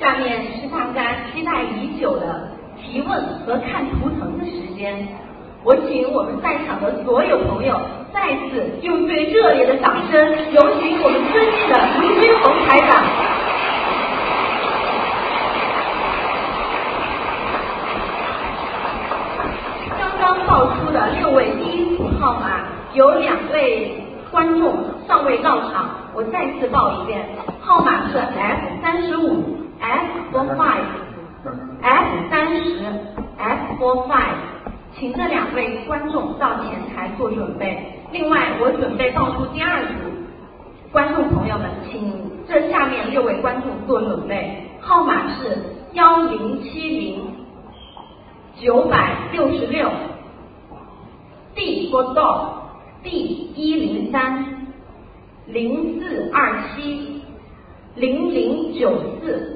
下面是大家期待已久的提问和看图腾的时间。我请我们在场的所有朋友再次用最热烈的掌声，有请我们尊敬的卢军红台长。刚刚报出的六位第一组号码，有两位观众尚未到场，我再次报一遍，号码是 F 三十五，F for five。F 三十，F four five，请这两位观众到前台做准备。另外，我准备报出第二组，观众朋友们，请这下面六位观众做准备，号码是幺零七零九百六十六，D for dog，D 一零三零四二七零零九四。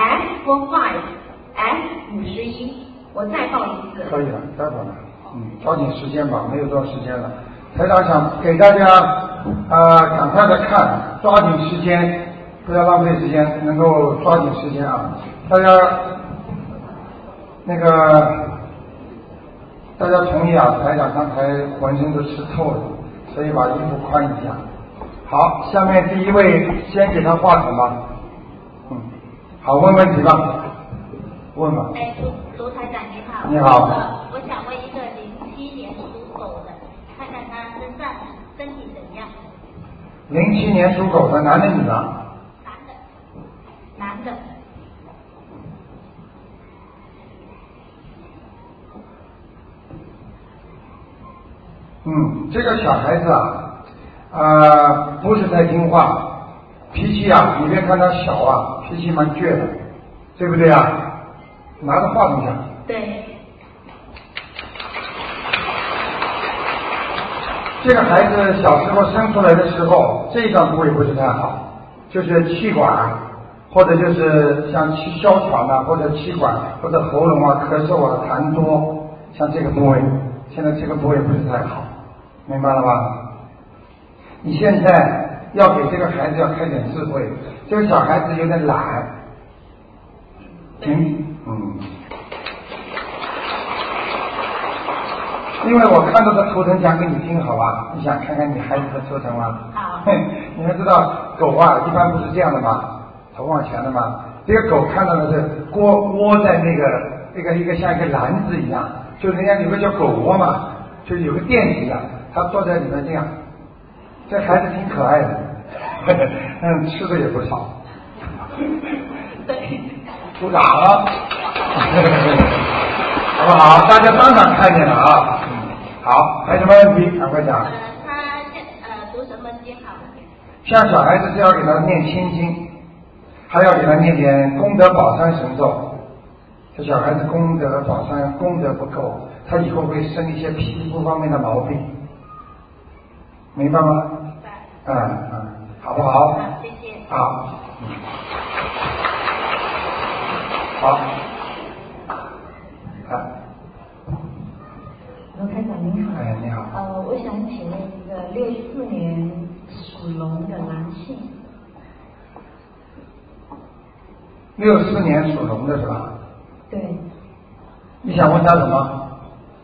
F for five, F 五十一，我再报一次。可以了，待会儿了，嗯，抓紧时间吧，没有多少时间了。台长想给大家啊、呃赶快的看，抓紧时间，不要浪费时间，能够抓紧时间啊！大家那个，大家同意啊？台长刚才浑身都湿透了，所以把衣服宽一下。好，下面第一位先给他话筒吧。嗯，好，问问题吧，问吧。哎，卢卢台长你好。你好呃我想问一个零七年属狗的，看看他身上身体怎样？零七年属狗的，男的女的？男的，男的，嗯，这个小孩子啊，呃，不是太听话，脾气啊，你别看他小啊，脾气蛮倔的，对不对啊？拿着话筒讲，对，这个孩子小时候生出来的时候，这一段部位不是太好，就是气管啊，或者就是像气哮喘啊，或者气管或者喉咙啊、咳嗽啊、痰多，像这个部位，现在这个部位不是太好，明白了吧？你现在要给这个孩子要开点智慧，这个小孩子有点懒，嗯嗯，因为我看到的图腾讲给你听，好吧？你想看看你孩子的图腾吗？好 你们知道狗啊，一般不是这样的吗？头往前的嘛。这个狗看到的是窝窝在那个那个一个像一个篮子一样，就人家有个叫狗窝嘛，就是有个垫子一样，它坐在里面这样。这孩子挺可爱的， 嗯，吃的也不少。对，鼓掌啊！ 好不好？大家当场看见了啊！嗯好，还有什么问题？赶快讲。呃，他现呃读什么经好呢？像小孩子是要给他念心经，还要给他念点功德宝山神咒。这小孩子功德宝山功德不够，他以后会生一些皮肤方面的毛病，明白吗？明白。嗯嗯，好不好？好，谢谢。好，嗯好，啊，罗台长您好，哎，你好，呃，我想请问一个六四年属龙的男性，六四年属龙的是吧？对，你想问他什么？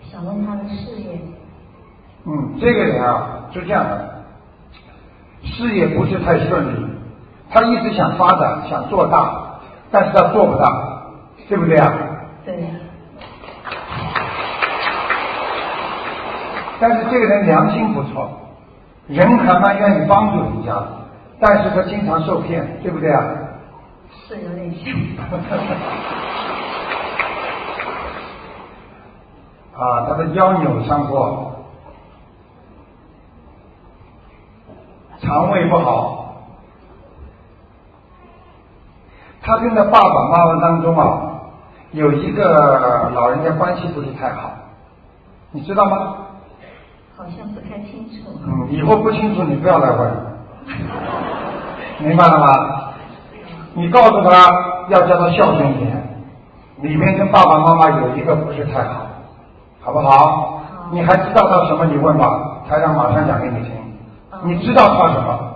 想问他的事业，嗯，这个人啊，是这样的，事业不是太顺利，他一直想发展，想做大，但是他做不大，对不对啊？对，但是这个人良心不错，人还蛮愿意帮助人家的，但是他经常受骗，对不对啊？是有点像，啊，他的腰扭伤过，肠胃不好。他跟他爸爸妈妈当中啊，有一个老人家关系不是太好，你知道吗？好像不太清楚，嗯，以后不清楚你不要来问， 明白了吗？你告诉他要叫他孝顺一点，里面跟爸爸妈妈有一个不是太好，好不好？你还知道他什么？你问吧，台长马上讲给你听。嗯你知道他什么？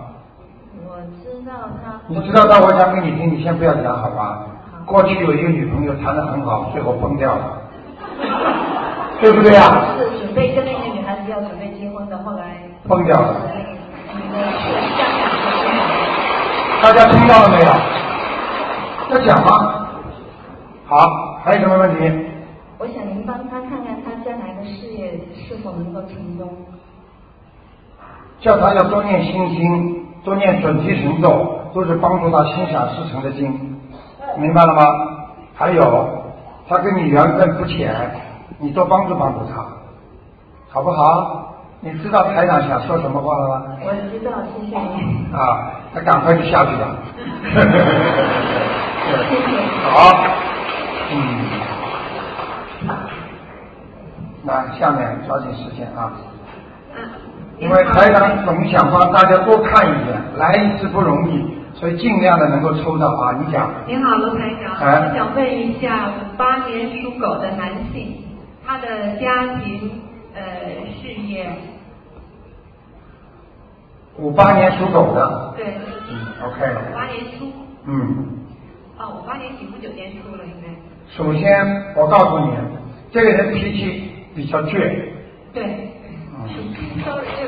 我知道他你知道那我讲给你听，你先不要讲好吧？过去有一个女朋友谈得很好，最后崩掉了， 对不对啊？是准备跟那个女孩子要准备结婚的，后来崩掉了。那个女的去香港大家听到了没有？要讲吗？好，还有什么问题？我想您帮他看看他将来的事业是否能够成功。叫他要多念心经，多念准提神咒，都是帮助他心想事成的经，明白了吗？还有，他跟你缘分不浅，你多帮助帮助他，好不好？你知道台长想说什么话了吗？我知道，谢谢您。啊，那赶快就下去吧。 谢谢好，嗯，那下面抓紧时间啊，因为台长总想帮大家多看一点，来一次不容易，所以尽量的能够抽到啊。你讲，您好，罗台长，哎我想问一下，五八年属狗的男性，他的家庭、呃事业，五八年属狗的，对，嗯，OK，五八年初，嗯。啊，五八年底五九年初了，应该，首先，我告诉你，这个人脾气比较倔，对嗯， ，sorry，对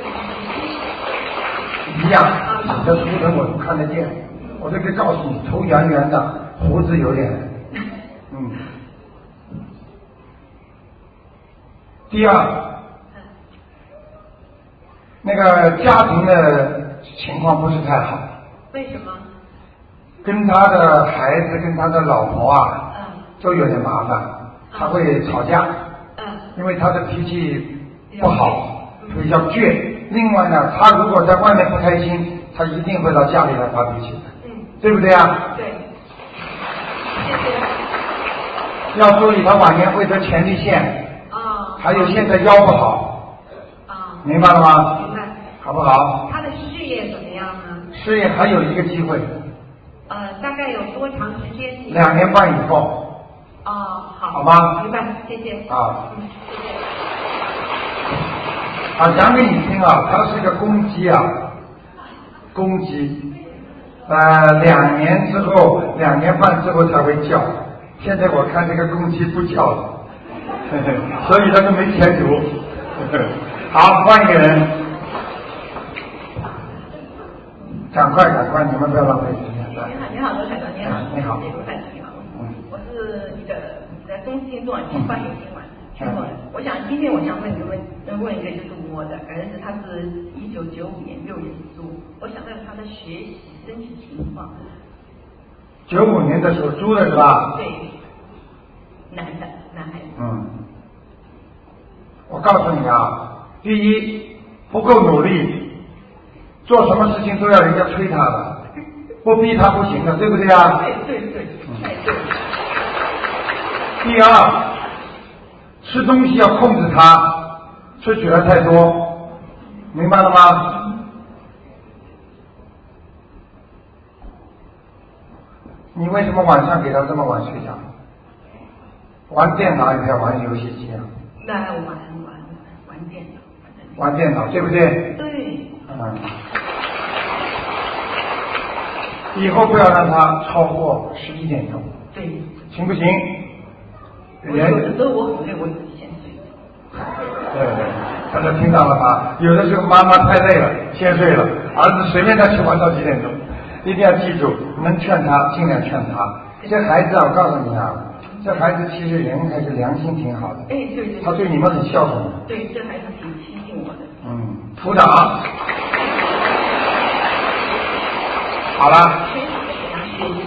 不一样。你的图腾我都看得见，我都可以告诉你，头圆圆的，胡子有点，嗯。第二，那个家庭的情况不是太好，起，为什么？跟他的孩子、跟他的老婆啊，嗯都有点麻烦，他会吵架。嗯因为他的脾气不好，比较倔。另外呢，他如果在外面不开心，他一定会到家里来发脾气的，嗯，对不对啊？对，谢谢，要注意他晚年会得前列腺，啊还有现在腰不好，啊，明白了吗？明白。好不好？他的事业怎么样呢？事业还有一个机会，呃，大概有多长时间？两年半以后哦，好，好吧明白，谢谢。啊嗯，谢谢。啊，讲给你听啊，他是个公鸡啊，公鸡，呃，两年之后，两年半之后才会叫。现在我看这个公鸡不叫了，呵呵所以他就没前途。呵呵好，换一个人，赶快赶快，你们不要浪费时间你来。好，你好，罗台长，你好，嗯你好对罗台长，你好，嗯我是你的你的中信做金发有今晚听众，嗯我想今天我想问一个问，问一个就是我的儿子，他是一九九五年六月猪，我想问他的学习身体情况，啊九五年的属猪的是吧？对，男的男孩子，嗯，我告诉你啊，第一不够努力，做什么事情都要人家催他的，不逼他不行的，对不对啊？对对对，哎对，第二，吃东西要控制他，吃起来太多，明白了吗？你为什么晚上给他这么晚睡觉？玩电脑也要玩游戏机啊，那玩玩玩玩电脑，玩玩电电脑对不对？脑，对，嗯，以后不要让他超过十一点钟，对，行不行？我有的人，时候我很累，我自己先睡。对，大家听到了吧？有的时候妈妈太累了，先睡了，儿子随便他去玩到几点钟，一定要记住，能劝他尽量劝他。这孩子啊，我告诉你啊，这孩子其实人还是良心挺好的哎，，对对，他对你们很孝顺的。对，这孩子挺亲近我的。嗯，鼓掌。好了，学习怎样学习？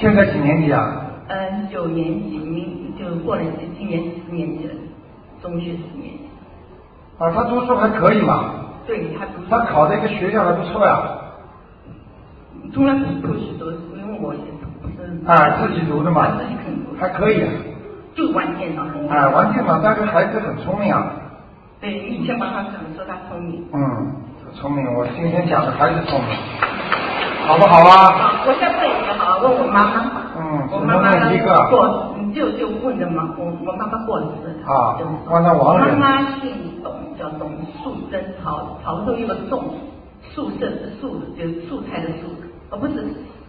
现在几年级啊？嗯，九年级，明就过了今年十年级了，中学十年级。啊，他读书还可以嘛，对他读书，他考的一个学校还不错呀，从来不不许读书，因为我也不是啊，自己读的嘛自己肯读，，还可以，就玩电脑。啊，玩电脑，但是孩子很聪明啊，对，以前妈妈常说他聪明。嗯，聪明，我今天讲的还是聪明，好不好啊？啊，我再问一个哈，问我妈妈。嗯我妈只能妈问一啊个过，你就就问的嘛，我我妈妈过世了。啊就是问她亡人妈妈姓董，叫董树珍，曹曹中一个仲，树是树就是素菜的素，哦，不是，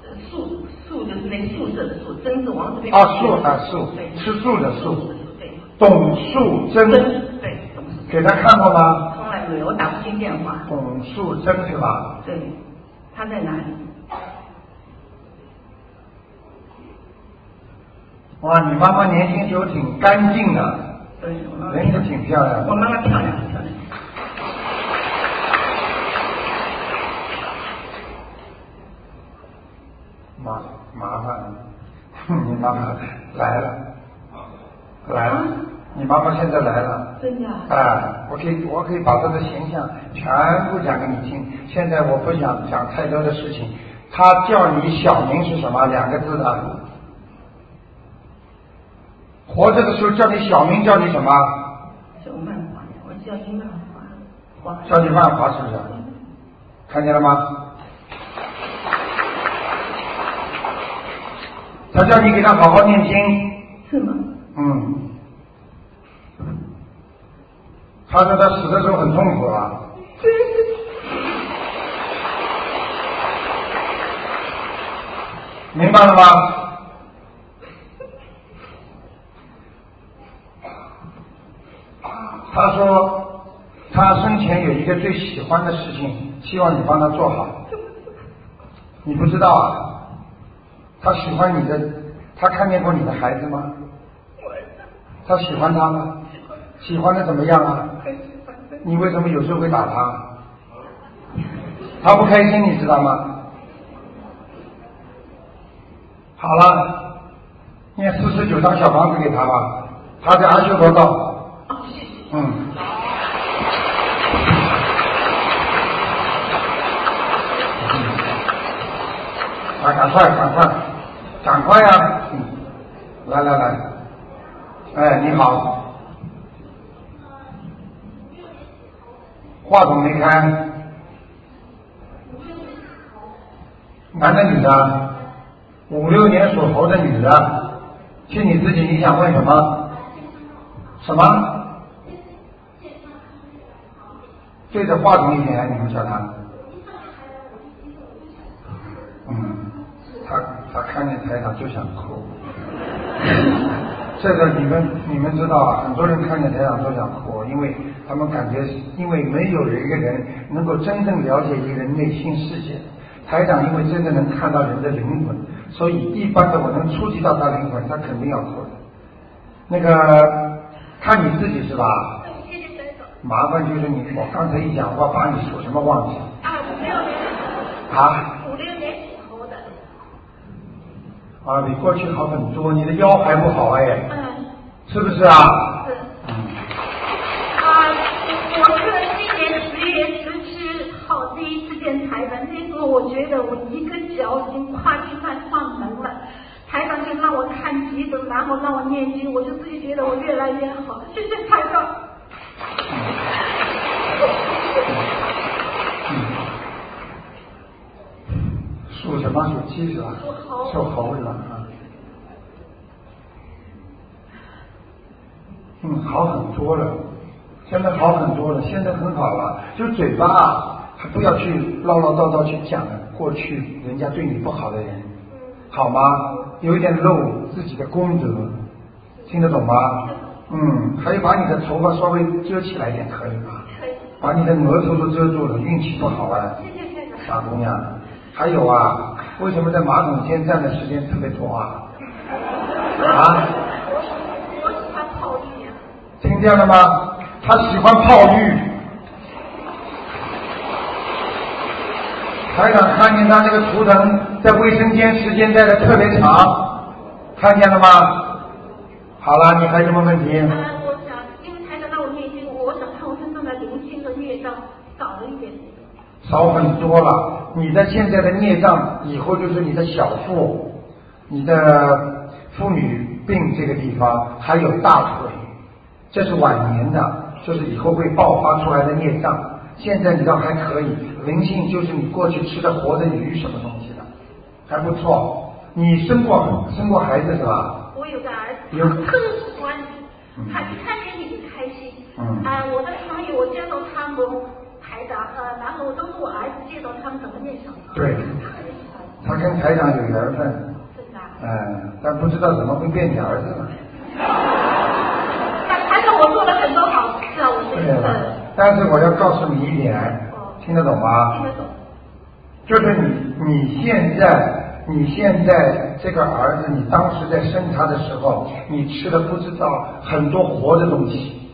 呃素素就是那素色的素，真是王字边。啊素啊素对，吃素的素对，董素真贞，对，懂事给他看过吗？从来没有，我打不进电话。董素贞是吧？对，他在哪里？哇，你妈妈年轻时候挺干净的，对，我妈妈人也挺漂亮我的。妈妈漂亮，漂亮。麻麻烦 了，哼你妈妈来了，来了，你妈妈现在来了。啊真的啊、啊，我可以，我可以把她的形象全部讲给你听。现在我不想讲太多的事情。她叫你小名是什么？两个字的。活着的时候叫你小名，叫你什么？叫漫画呀，我叫你漫画，画叫你万华，是不是？看见了吗？他叫你给他好好念经。是吗？嗯，他说他死的时候很痛苦啊。明白了吗？他说他生前有一个最喜欢的事情，希望你帮他做好。你不知道啊？他喜欢你的，他看见过你的孩子吗？他喜欢他吗？喜欢的怎么样啊？你为什么有时候会打他？他不开心，你知道吗？好了，念四十九张小房子给他吧，他在阿修罗道。嗯。啊，赶快，赶快，赶快呀、嗯来来来，哎，你好。话筒没开。男的女的？五六年属猴的女的，去你自己，你想问什么？什么？对着话筒一点，你们叫他。嗯，他他看见台长就想哭。 这个你们你们知道啊，很多人看见台长都想哭，因为他们感觉，因为没有一个人能够真正了解一个人内心世界。台长因为真的能看到人的灵魂，所以一般的我能触及到他灵魂，他肯定要哭的。那个，看你自己是吧？麻烦就是你，我刚才一讲话把你属什么忘记了啊，五六年，啊？五六年属猴的，啊，比过去好很多，你的腰还不好哎，嗯，是不是啊？是。嗯。啊，我是今年十月十七号啊第一次见台长，那时候我觉得我一个脚已经跨进快上门了，台长就让我看急诊，然后让我念经，我就自己觉得我越来越好，谢谢台长。属什么？属鸡是吧？属啊猴是吧？啊。嗯，好很多了，现在好很多了，现在很好了。就嘴巴啊，还不要去唠唠叨叨去讲过去人家对你不好的人，好吗？有一点露自己的功德，听得懂吗？嗯，还有把你的头发稍微遮起来一点，可以吗？把你的额头都遮住了，运气不好啊，傻姑娘。还有啊，为什么在马桶间站的时间特别多啊？啊？听见了吗？他喜欢泡浴。台长看见他那个图腾在卫生间时间待的特别长，看见了吗？好了，你还有什么问题？啊，我想，因为台长让我念经，我想看我身上的灵性的孽障少了一点。少很多了。你的现在的孽障，以后就是你的小腹、你的妇女病这个地方，还有大腿，这是晚年的，就是以后会爆发出来的孽障。现在你倒还可以，灵性就是你过去吃的活的鱼什么东西的，还不错。你生过生过孩子是吧？我有个儿子，有他特喜欢你，他一看见你就开心。嗯啊、我在上面我见到他们台长，呃，然后都是我儿子介绍他们怎么念小房子对他很喜欢。他跟台长有缘分。真的、啊。嗯，但不知道怎么会变你儿子呢？但台长，我做了很多好事啊，我这一生。嗯但是我要告诉你一点，听得懂吗？嗯呃听得懂。就是你你现在你现在这个儿子，你当时在生他的时候，你吃了不知道很多活的东西。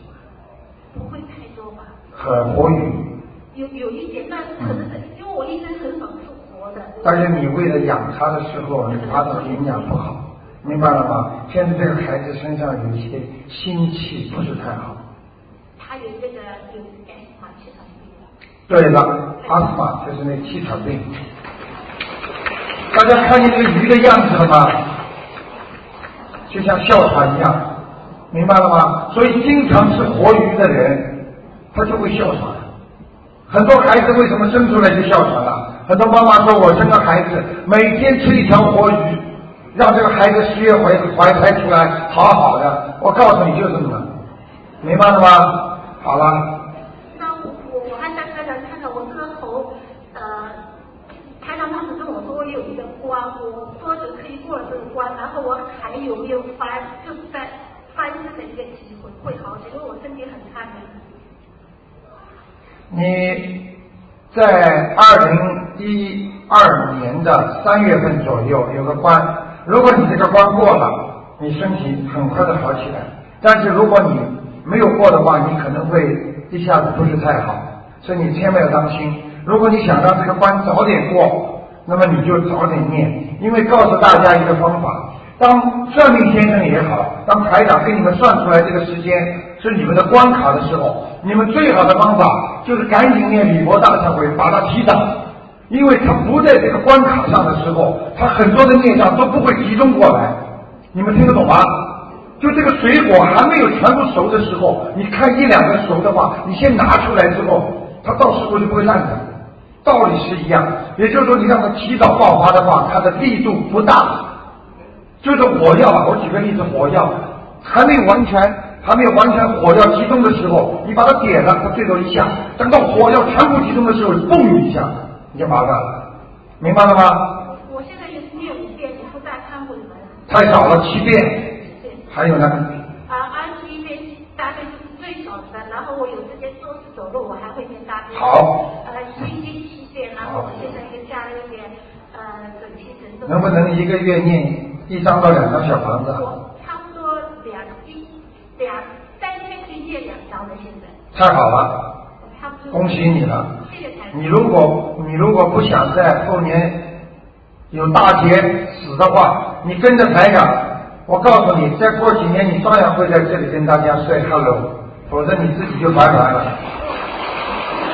不会太多吧？很活鱼。有有一点，那可能因为我一生很少吃活的。但是你为了养他的时候，你把他营养不好，明白了吗？现在这个孩子身上有一些心气不是太好。他有这个有艾滋嘛，气喘病。对了，阿斯玛就是那气喘病。大家看见这个鱼的样子了吗？就像哮喘一样，明白了吗？所以经常吃活鱼的人，他就会哮喘。很多孩子为什么生出来就哮喘了？很多妈妈说，我生个孩子，每天吃一条活鱼，让这个孩子十月怀怀胎出来好好的。我告诉你就这么了，明白了吗？好了。那我我还想想看看我这个头，呃，台长当时跟我说我有一个关，我多久可以过了这个关？然后我还有没有翻？就是在翻身的一个机会会好点，因为我身体很差的。你在二零一二年的三月份左右有个关，如果你这个关过了，你身体很快的好起来。但是如果你没有过的话，你可能会一下子不是太好，所以你千万要当心。如果你想让这个关早点过，那么你就早点念，因为告诉大家一个方法：当算命先生也好，当台长给你们算出来这个时间。是你们的关卡的时候，你们最好的方法就是赶紧念《礼佛大忏悔》，把它提档，因为它不在这个关卡上的时候，它很多的孽障都不会集中过来。你们听得懂吗？就这个水果还没有全部熟的时候，你看一两个熟的话，你先拿出来之后，它到时候就不会烂的。道理是一样，也就是说，你让它提早爆发的话，它的力度不大。就是火药啊，我举个例子，火药还没有完全。还没有完全火药集中的时候，你把它点了，它最多一下；等到火药全部集中的时候，嘣一下，你就麻烦了，明白了吗？呃我现在也是念五遍，你说大忏悔文。太少了，七遍。还有呢？啊，二十一遍大悲是最少的，然后我有时间做事走路，我还会念大悲。好。呃，一个星期遍，然后我现在又加了一点呃准提神能不能一个月念一张到两张小房子？我差不多两一。两三天可以借两张的，现在。太好了。恭喜你了。谢谢你如果你如果不想在后年有大劫死的话，你跟着台长，我告诉你，再过几年你照样会在这里跟大家 say hello，否则你自己就拜拜了。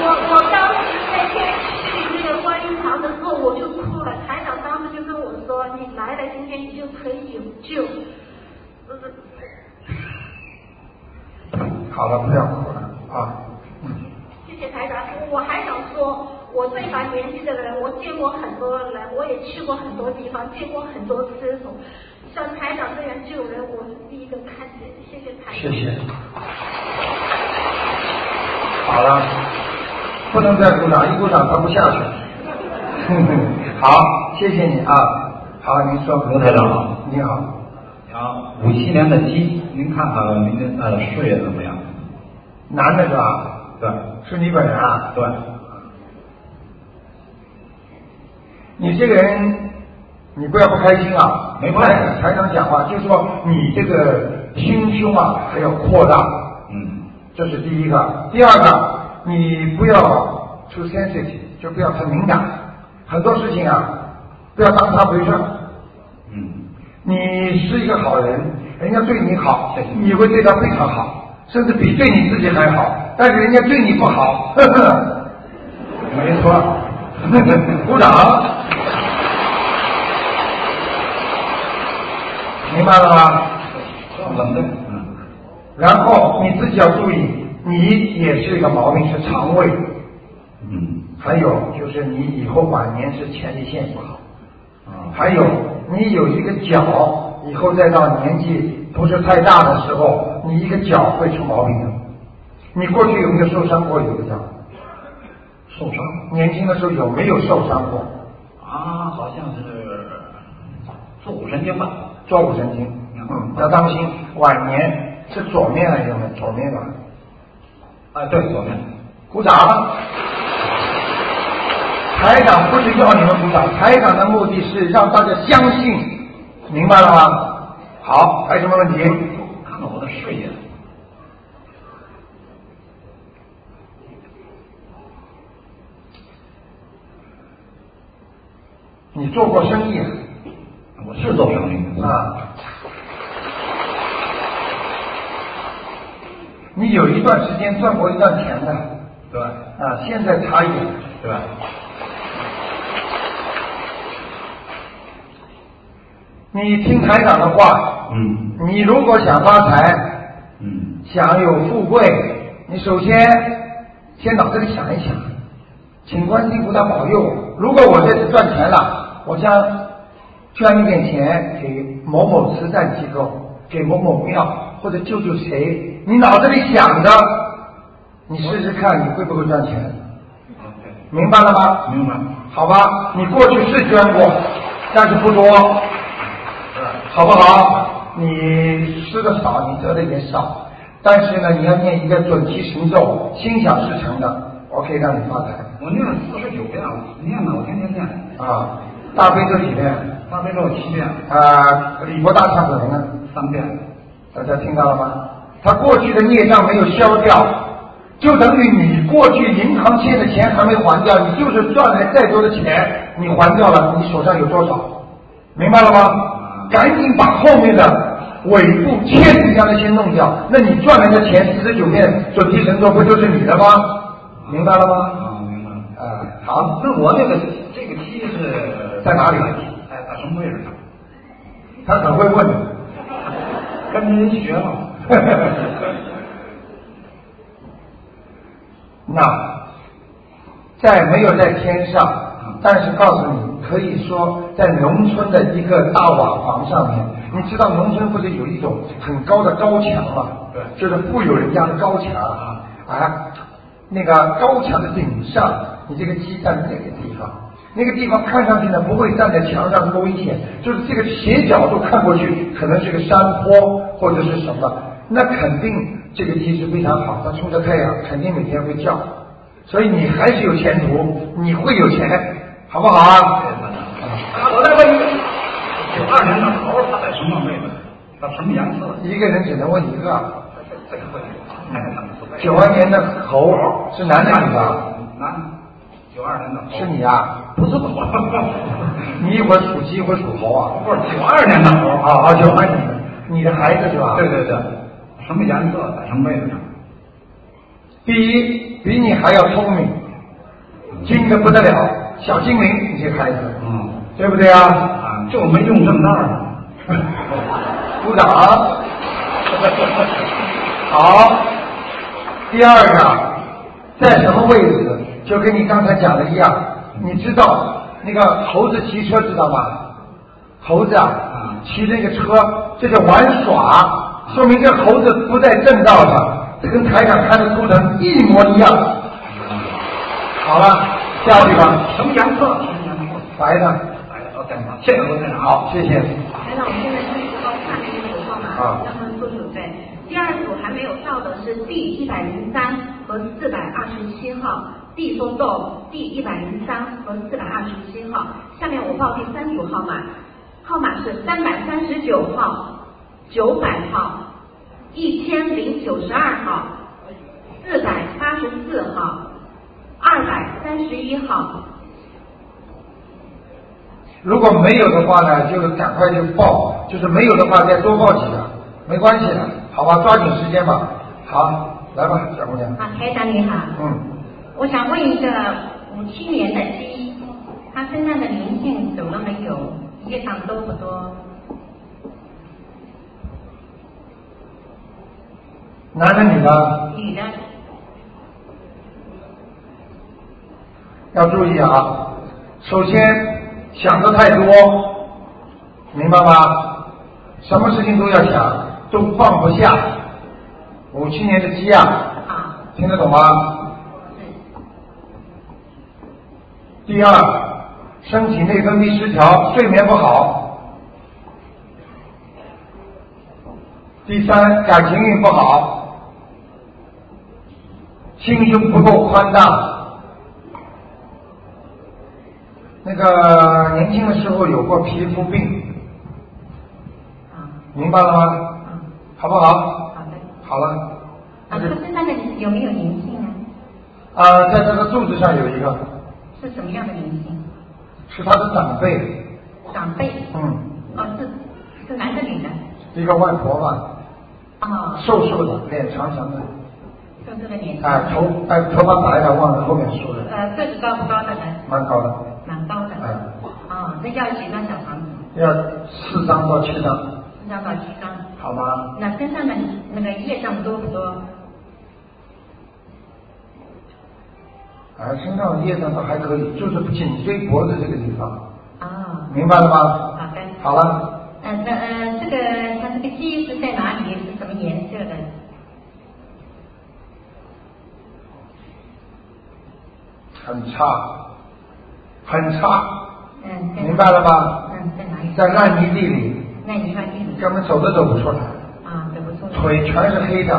我我当时那天去那个观音堂的时候，我就哭了。台长当时就跟我说：“你来了，今天你就可以有救。”好了，不要哭了啊！嗯、谢谢台长，我还想说，我最烦年纪的人，我见过很多人，我也去过很多地方，见过很多师傅，像台长这样救人，我是第一个看见，谢谢台长。谢谢。好了，不能再鼓掌，一鼓掌他不下去。 好，谢谢你啊！好，您说，刘台长好，你好。啊，五七年的鸡，您看看您的呃事业怎么样？男的是吧？对，啊是你本人啊？对。你这个人，你不要不开心啊！没关系，台长讲话就说你这个心胸啊还要扩大，嗯，这是第一个。第二个，你不要 too sensitive，就不要太敏感，很多事情啊不要当它回事。嗯。你是一个好人，人家对你好，谢谢你会对他非常好，甚至比对你自己还好。但是人家对你不好， 呵呵没错， 鼓掌，明白了吗？冷静，嗯。然后你自己要注意，你也是一个毛病，是肠胃。嗯。还有就是你以后晚年是前列腺不好。啊。还有，你有一个脚，以后再到年纪不是太大的时候，你一个脚会出毛病的。你过去有没有受伤过？有个脚？受伤？年轻的时候有没有受伤过？啊，啊，好像是坐骨神经吧？坐骨神经，嗯，要当心，晚年是左面的有没有？左面的，啊，对，左面。鼓掌。台长不是要你们鼓掌，台长的目的是让大家相信，明白了吗？好，还有什么问题？看看我的视野。你做过生意啊？我是做生意的啊。你有一段时间赚过一段钱的对吧？啊，现在差一点，对吧？你听台长的话，嗯你如果想发财，嗯，想有富贵，你首先先脑子里想一想，请观世音菩萨保佑我。如果我这次赚钱了，我将捐一点钱给某某慈善机构，给某某庙，或者救救谁。你脑子里想着，你试试看你会不会赚钱，对，明白了吗？明白。好吧，你过去是捐过，但是不多，好不好？你吃的少，你得的也少，但是呢，你要念一个准提神咒，心想事成的，我可以让你发财我念了四十九遍了，念呢，我天天念，啊！大悲咒几遍？大悲咒七遍，啊，李博大忏悔文呢？三遍，大家听到了吗？他过去的孽障没有消掉，就等于你过去银行欠的钱还没还掉，你就是赚来再多的钱，你还掉了，你手上有多少？明白了吗？赶紧把后面的尾部欠人家的先弄掉，那你赚来的钱四十九遍准提神咒不就是你的吗？明白了吗？啊，明白了。啊、好，那我这个这个七是在哪里在在什么位置上？他很会问你。跟您学嘛。 那在没有在天上，但是告诉你，可以说在农村的一个大瓦房上面，你知道农村不是有一种很高的高墙嘛？对就是富有人家的高墙啊啊，那个高墙的顶上，你这个鸡站在那个地方。那个地方看上去呢，不会站在墙上多危险，就是这个斜角度看过去，可能是个山坡或者是什么，那肯定这个鸡是非常好，它冲着太阳，肯定每天会叫，所以你还是有前途，你会有钱，好不好啊？啊，我再问一个，九二年的猴它在什么位置？它什么颜色？一个人只能问一个啊。这个会九二年的猴是男的女的啊？？男。九二年的哦猴是你？啊？不是我， 你一会儿属鸡，一会儿属猴啊？不是九二年的猴啊啊！九二年的，你的孩子是吧？对对对，什么颜色在什么位置上？第一，比你还要聪明，精的不得了，小精灵，你这孩子，嗯对不对啊？啊，就没用正道儿。 鼓掌。啊好，第二个，在什么位置？就跟你刚才讲的一样，你知道那个猴子骑车知道吗？猴子啊嗯，骑那个车，这叫玩耍，说明这猴子不在正道上，这跟台长看的图腾一模一样。好了，下去吧，什么颜色？什么颜色？白的，哎，我再见，谢谢罗先生啊，谢谢。台长，我现在是刚看了一组号码，让他们做准备。第二组还没有到的是 D 一百零三和四百二十七号，D 松豆 D 一百零三和四百二十七号。下面我报第三组号码，号码是三百三十九号、九百号、一千零九十二号、四百八十四号、二百三十一号。如果没有的话呢，就是赶快就报，就是没有的话再多报几个，没关系的，好吧，抓紧时间吧。好，来吧，小姑娘。啊，台长你好，嗯，我想问一个五七年的鸡，它身上的灵性走了没有？业障多不多？男的女的女的要注意啊，首先想的太多，明白吗？什么事情都要想，都放不下。五七年的鸡啊，啊，听得懂吗？第二，身体内分泌失调，睡眠不好；第三，感情运不好，心胸不够宽大。那个年轻的时候有过皮肤病，明白了吗？好不好？好的。好了。啊，他身上的有没有灵性呢？啊，在他的肚子上有一个，是什么样的灵性？是他的长辈，长辈。嗯，哦，是是男的女的？一个外婆吧，啊、哦，瘦瘦的，脸长长的，就是这个年纪。啊，头哎头发白的，忘了后面梳的，呃，个子高不高的呢？蛮高的，蛮高的。嗯哦，那要几张小房子？要四张到七张，四张到七张。好吗？那身上的那个业障多不多？啊，身上的业障倒还可以，就是颈椎脖子这个地方，啊、明白了吗？好的。好了，呃，那呃，这个它这个鸡是在哪里？是什么颜色的？很差，很差，嗯，在明白了吧？嗯，在哪里？在烂泥地里，那你看地里根本走都走不出来，啊，怎么说？腿全是黑的，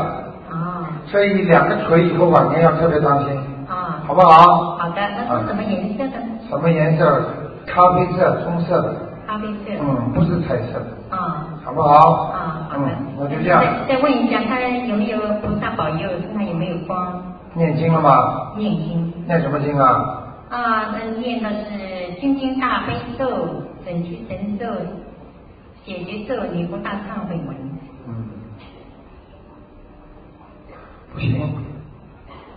啊所以两个腿以后晚年要特别当心，啊，好不好？好的，那是什么颜色的？什么颜色？咖啡色、棕色的，咖啡色。嗯，不是彩色的，啊好不好？啊，好的。嗯，那就这样，再再问一下，他有没有菩萨保佑？身上有没有光？念经了吗？念经念什么经啊？啊，那念的是心经大悲咒、准提神咒、解结咒、女菩萨忏悔文。嗯，不行，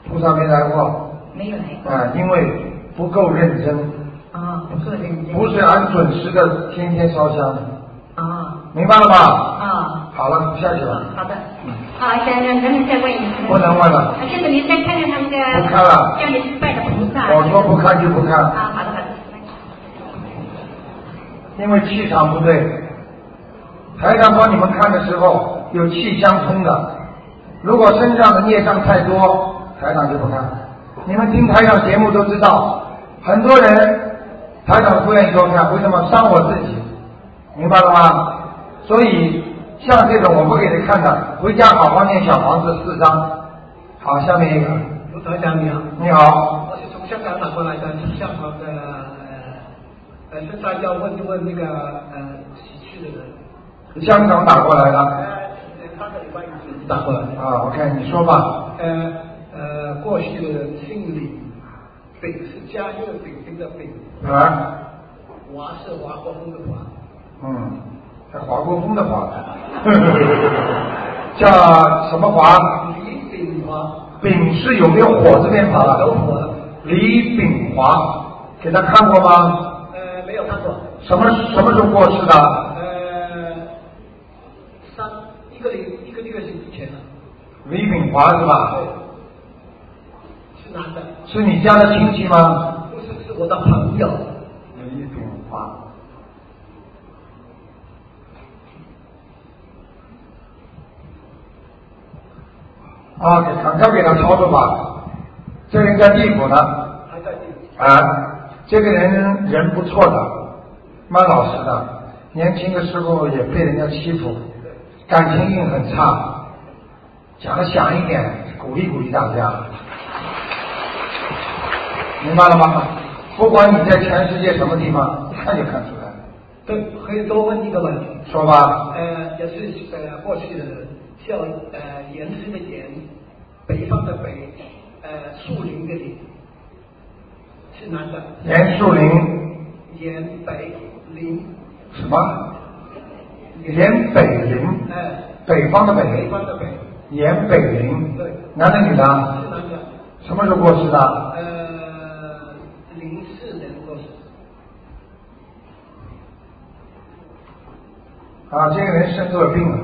菩萨没来过，没有来过啊，因为不够认真，啊，不够认真。不是按准时的天天烧香，啊明白了吧？啊，好了，下去吧，好的。啊好，咱咱咱们再问一下。不能问了。啊，这个你再看看他那个不看了让你拜的菩萨。我说不看就不呃看，啊，好的好的。因为气场不对。台上帮你们看的时候有气相通的，如果身上的孽障太多，台长就不看。你们听台长节目都知道，很多人台长不愿意给我看，为什么伤我自己？明白了吗？所以像这种我不给你看的，回家好好念小房子四张。好，下面一个，卢台长你好，你好，我是从香港打过来的，是香港的呃，现在要问一问那个呃喜剧的人，香港打过来呃了呃，他的礼拜已经打过来了，啊，OK，你说吧。呃呃，过去的人姓李，丙是家业丙丁的丙，啊，华是华国锋的华，嗯，在华国锋的华， 叫什么华？李炳华，丙是有没有火字边旁啊？有火的李炳华，给他看过吗？呃，没有看过，什么什么时候过世的？呃，三一个礼一个月以前了，李炳华是吧？是男的，是你家的亲戚吗？不是是我的朋友，李炳华。啊，给赶快给他操作吧，这人在地府呢。还在地。啊，这个人人不错的，蛮老实的，年轻的时候也被人家欺负，感情运很差，讲的响一点，鼓励鼓励大家，明白了吗？不管你在全世界什么地方，一看就看出来，对，可以多问一个问题。说吧，呃，也是呃过去的叫呃言之的言，北方的北，呃树林的林，是男的，严树林言北林，什么？严北林，呃北方的北北，方的北，严北林对，男的女的？是男的，什么时候过世的？呃零四年过世，啊，这个人生恶病了，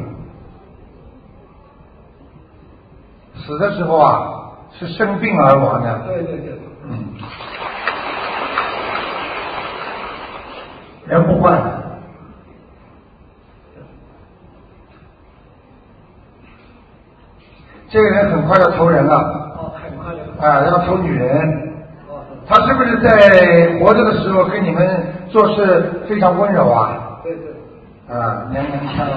死的时候啊是生病而亡的。对对对，嗯，人不坏，这个人很快要投人了，哦，很快的，啊，要投女人，哦，他是不是在活着的时候跟你们做事非常温柔啊？对对。啊，能能看到。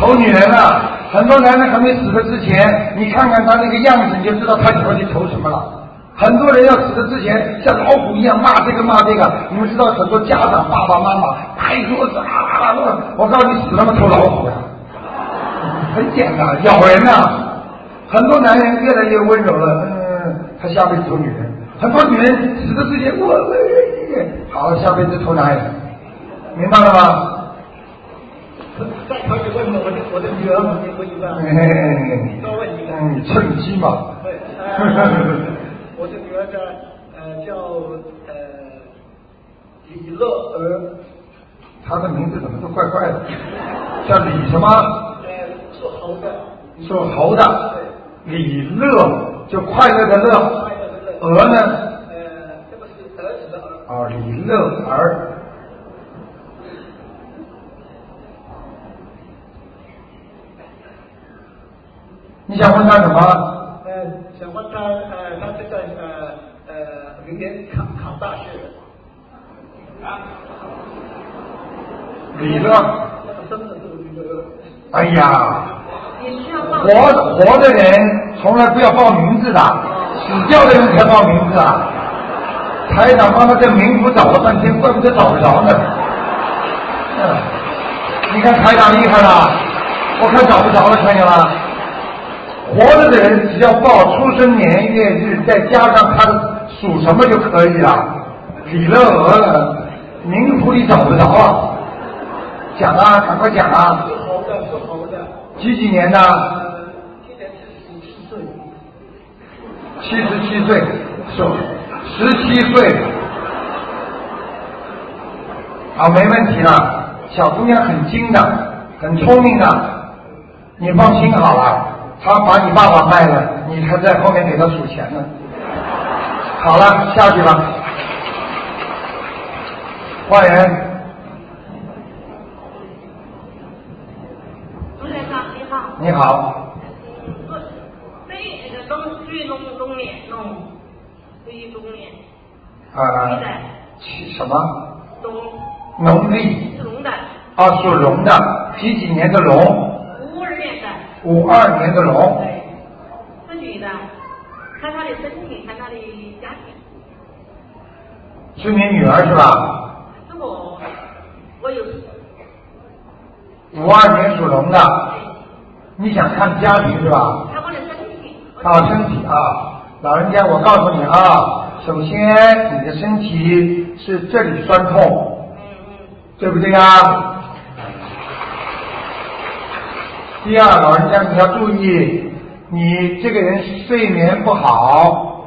丑女人啊，很多男人还没死的之前，你看看他那个样子，你就知道他以后去愁什么了。很多人要死的之前，像老虎一样骂这个骂这个。你们知道很多家长爸爸妈妈拍桌子啊啊！我告诉你，死他妈头老虎呀、很简单，咬人呐、很多男人越来越温柔了，嗯，他下辈子投女人。很多女人死的之前，我我我，好，下辈子投男人，明白了吗？再考你问问我的我的女儿，我结婚一半，嗯，多问一个。嗯，趁机嘛。对，呃我的女儿叫呃叫呃李乐儿，他的名字怎么都怪怪的，叫李什么？呃是猴的，属猴的，李乐就快乐的乐快，乐的乐，鹅呢？呃这个是儿子的儿，哦，李乐儿。你想问他什么？呃想问他呃他现在呃呃明年考考大学，李乐，那个身份是李乐儿，哎呀，你需要报活活的人从来不要报名字的，死掉的人才报名字啊。台长帮他在名府找了半天，怪不得找不着呢。嗯，你看台长厉害了，我看找不着了，看见吗？活着的人只要报出生年月日，再加上他的属什么就可以了。李乐娥，名府里找不着啊！讲啊，赶快讲啊！是猴的是猴的，几几年的？呃今年是十七岁，七十七岁，是吧？十七岁，啊，没问题了。小姑娘很精的，很聪明的，你放心好了。她把你爸爸卖了，你还在后面给她数钱呢。好了，下去吧。换人，卢台长你好，你好，我对那农对农农民农，对农民，啊、呃，七什么？农农历是农的，啊，属龙的，几几年的龙？五二年的。五二年的龙。对，是女的，看她的身体，看她的家庭。是你女儿是吧？是我，我有五二年属龙的，你想看家庭是吧？看我的身体。我啊，身体啊，老人家，我告诉你啊，首先你的身体是这里酸痛，嗯嗯，对不对啊呀？第二，老人家你要注意，你这个人睡眠不好，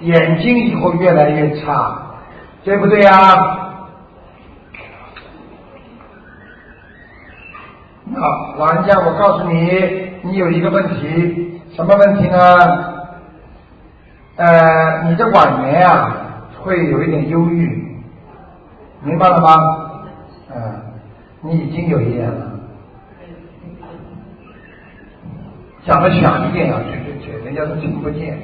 眼睛以后越来越差，对不对呀？啊，老人家，我告诉你，你有一个问题，什么问题呢？呃，你的晚年啊，会有一点忧郁，明白了吗？嗯、你已经有一点了。讲的响一点啊，对对对，人家都听不见。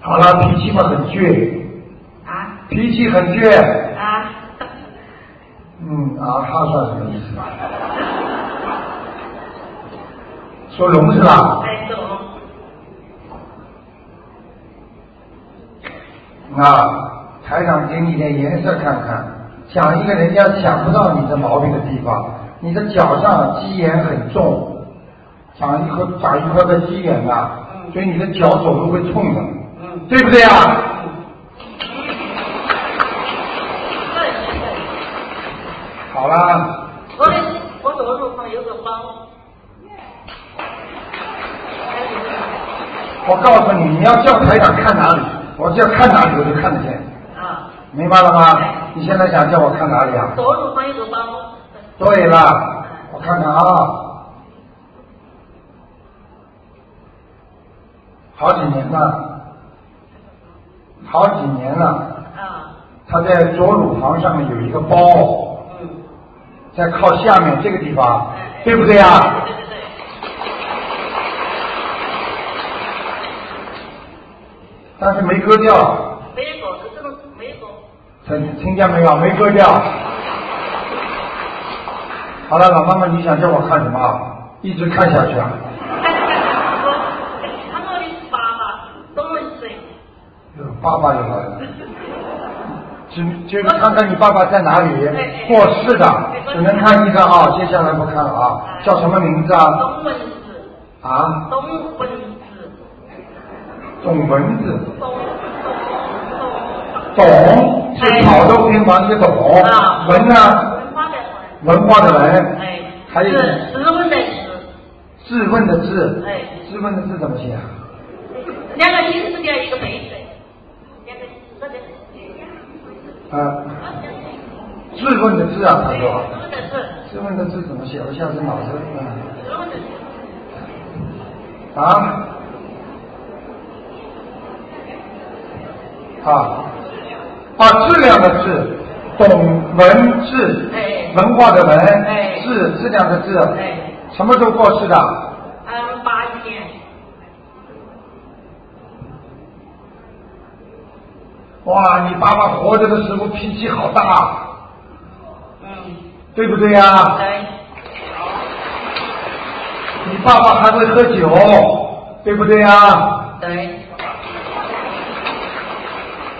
好了，脾气嘛很倔，啊脾气很倔。啊，嗯，啊哈算什么意思啊？说龙是吧？哎，哦懂。啊，台长给你点颜色看看，讲一个人家想不到你的毛病的地方。你的脚上鸡眼很重，长一块长一块的鸡眼呐、所以你的脚走路会痛的，对不对啊？好啦，我的我走路上有个包。我告诉你，你要叫台长看哪里，我只要看哪里我就看得见，啊，明白了吗？你现在想叫我看哪里啊？走路上有个包。对了，我看看啊，好几年了，好几年了，啊，他在左乳房上面有一个包，在靠下面这个地方，对不对啊？对对对。但是没割掉，没有，这个没有。听听见没有？没割掉。好了，老妈妈，你想叫我看什么啊？一直看下去啊？他说你爸爸都没睡，呃爸爸又来了。只就是看看你爸爸在哪里，过世的，只能看一个啊，接下来不看了啊。叫什么名字啊？东文字，啊，东文字，董文字，东东东董是草豆偏旁一个董，啊文东，呢文化的文，文化的文，哎，还有是是我们的字，质问的质，哎，质问的质怎么写啊？两个金字边一个白字，两个金字边。啊，质问的质啊，他说，我们的字，质问的质怎么写？我下次脑子嗯是我们的字。啊啊啊，质量的质，懂文质，哎文化的文，哎质质量的质，哎，什么时候过世的？嗯，八一年，哇，你爸爸活着的时候脾气好大，啊嗯，对不对呀、哎，你爸爸还会喝酒，对不对呀、对，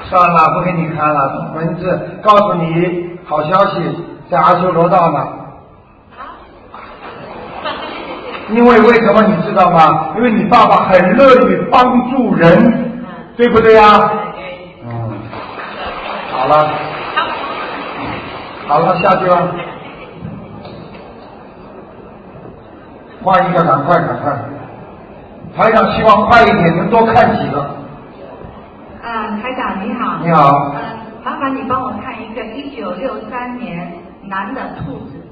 算了，不给你看了。文字告诉你好消息，在阿修罗道呢。因为为什么你知道吗？因为你爸爸很乐于帮助人，对不对呀、嗯，好了，好了，下去吧。换一个，赶快，赶快。台长希望快一点，能多看几个。啊，台长你好。你好，呃，麻烦你帮我看一个一九六三年男的兔子，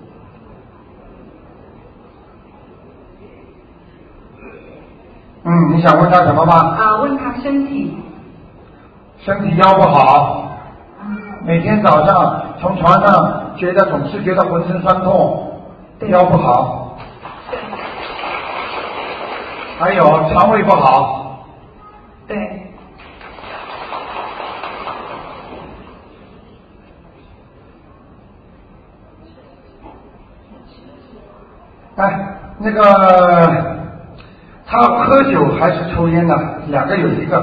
嗯，你想问他什么吗？啊、问他身体，身体腰不好，嗯，每天早上从床上觉得总是觉得浑身酸痛，对腰不好，对还有肠胃不好，对，哎，那个他喝酒还是抽烟呢？两个有一个，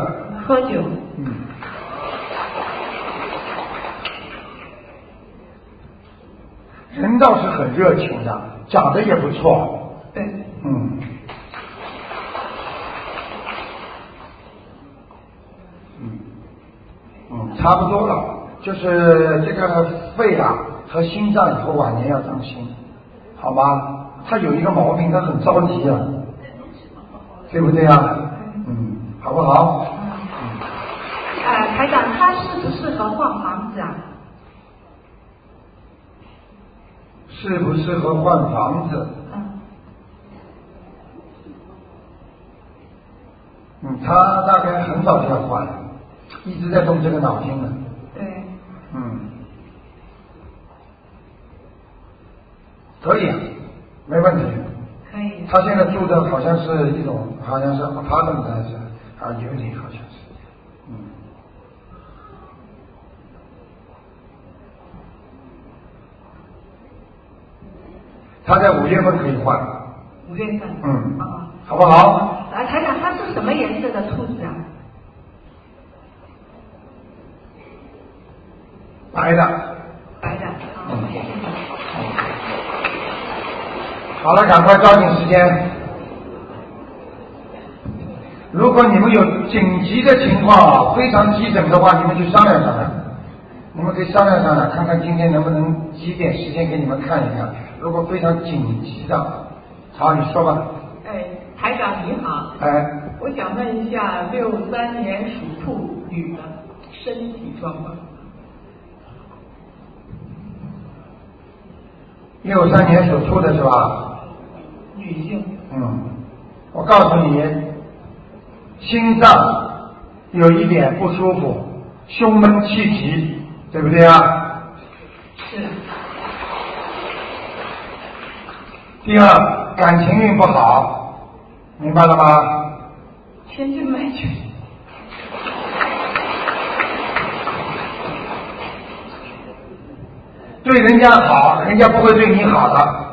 喝酒，嗯，人倒是很热情的，长得也不错，对，嗯。嗯，嗯，差不多了，就是这个肺啊和心脏以后晚年要当心，好吗？他有一个毛病，他很着急啊，对不对啊？嗯，好不好？呃，台长他适不适合换房子啊？适不适合换房子？嗯，嗯，他大概很早就要换，一直在动这个脑筋呢。对，嗯，可以，啊没问题。可以，他现在住的好像是一种，好像是 apartment 还是啊 unit 好像是，嗯。他在五月份可以换，五月份，嗯啊、好不好？啊，台长他是什么颜色的兔子啊？白的。白的，啊、嗯谢谢你，好了，赶快抓紧时间。如果你们有紧急的情况啊，非常急诊的话，你们去商量商量。你们可以商量商量，看看今天能不能挤点时间给你们看一看。如果非常紧急的，好，你说吧。哎，台长你好，哎，我想问一下，六三年属兔女的身体状况。六三年所出的是吧？女性，嗯，我告诉你，心脏有一点不舒服，胸闷气急，对不对啊？是第二，感情运不好，明白了吗？千真万确。对人家好，人家不会对你好的，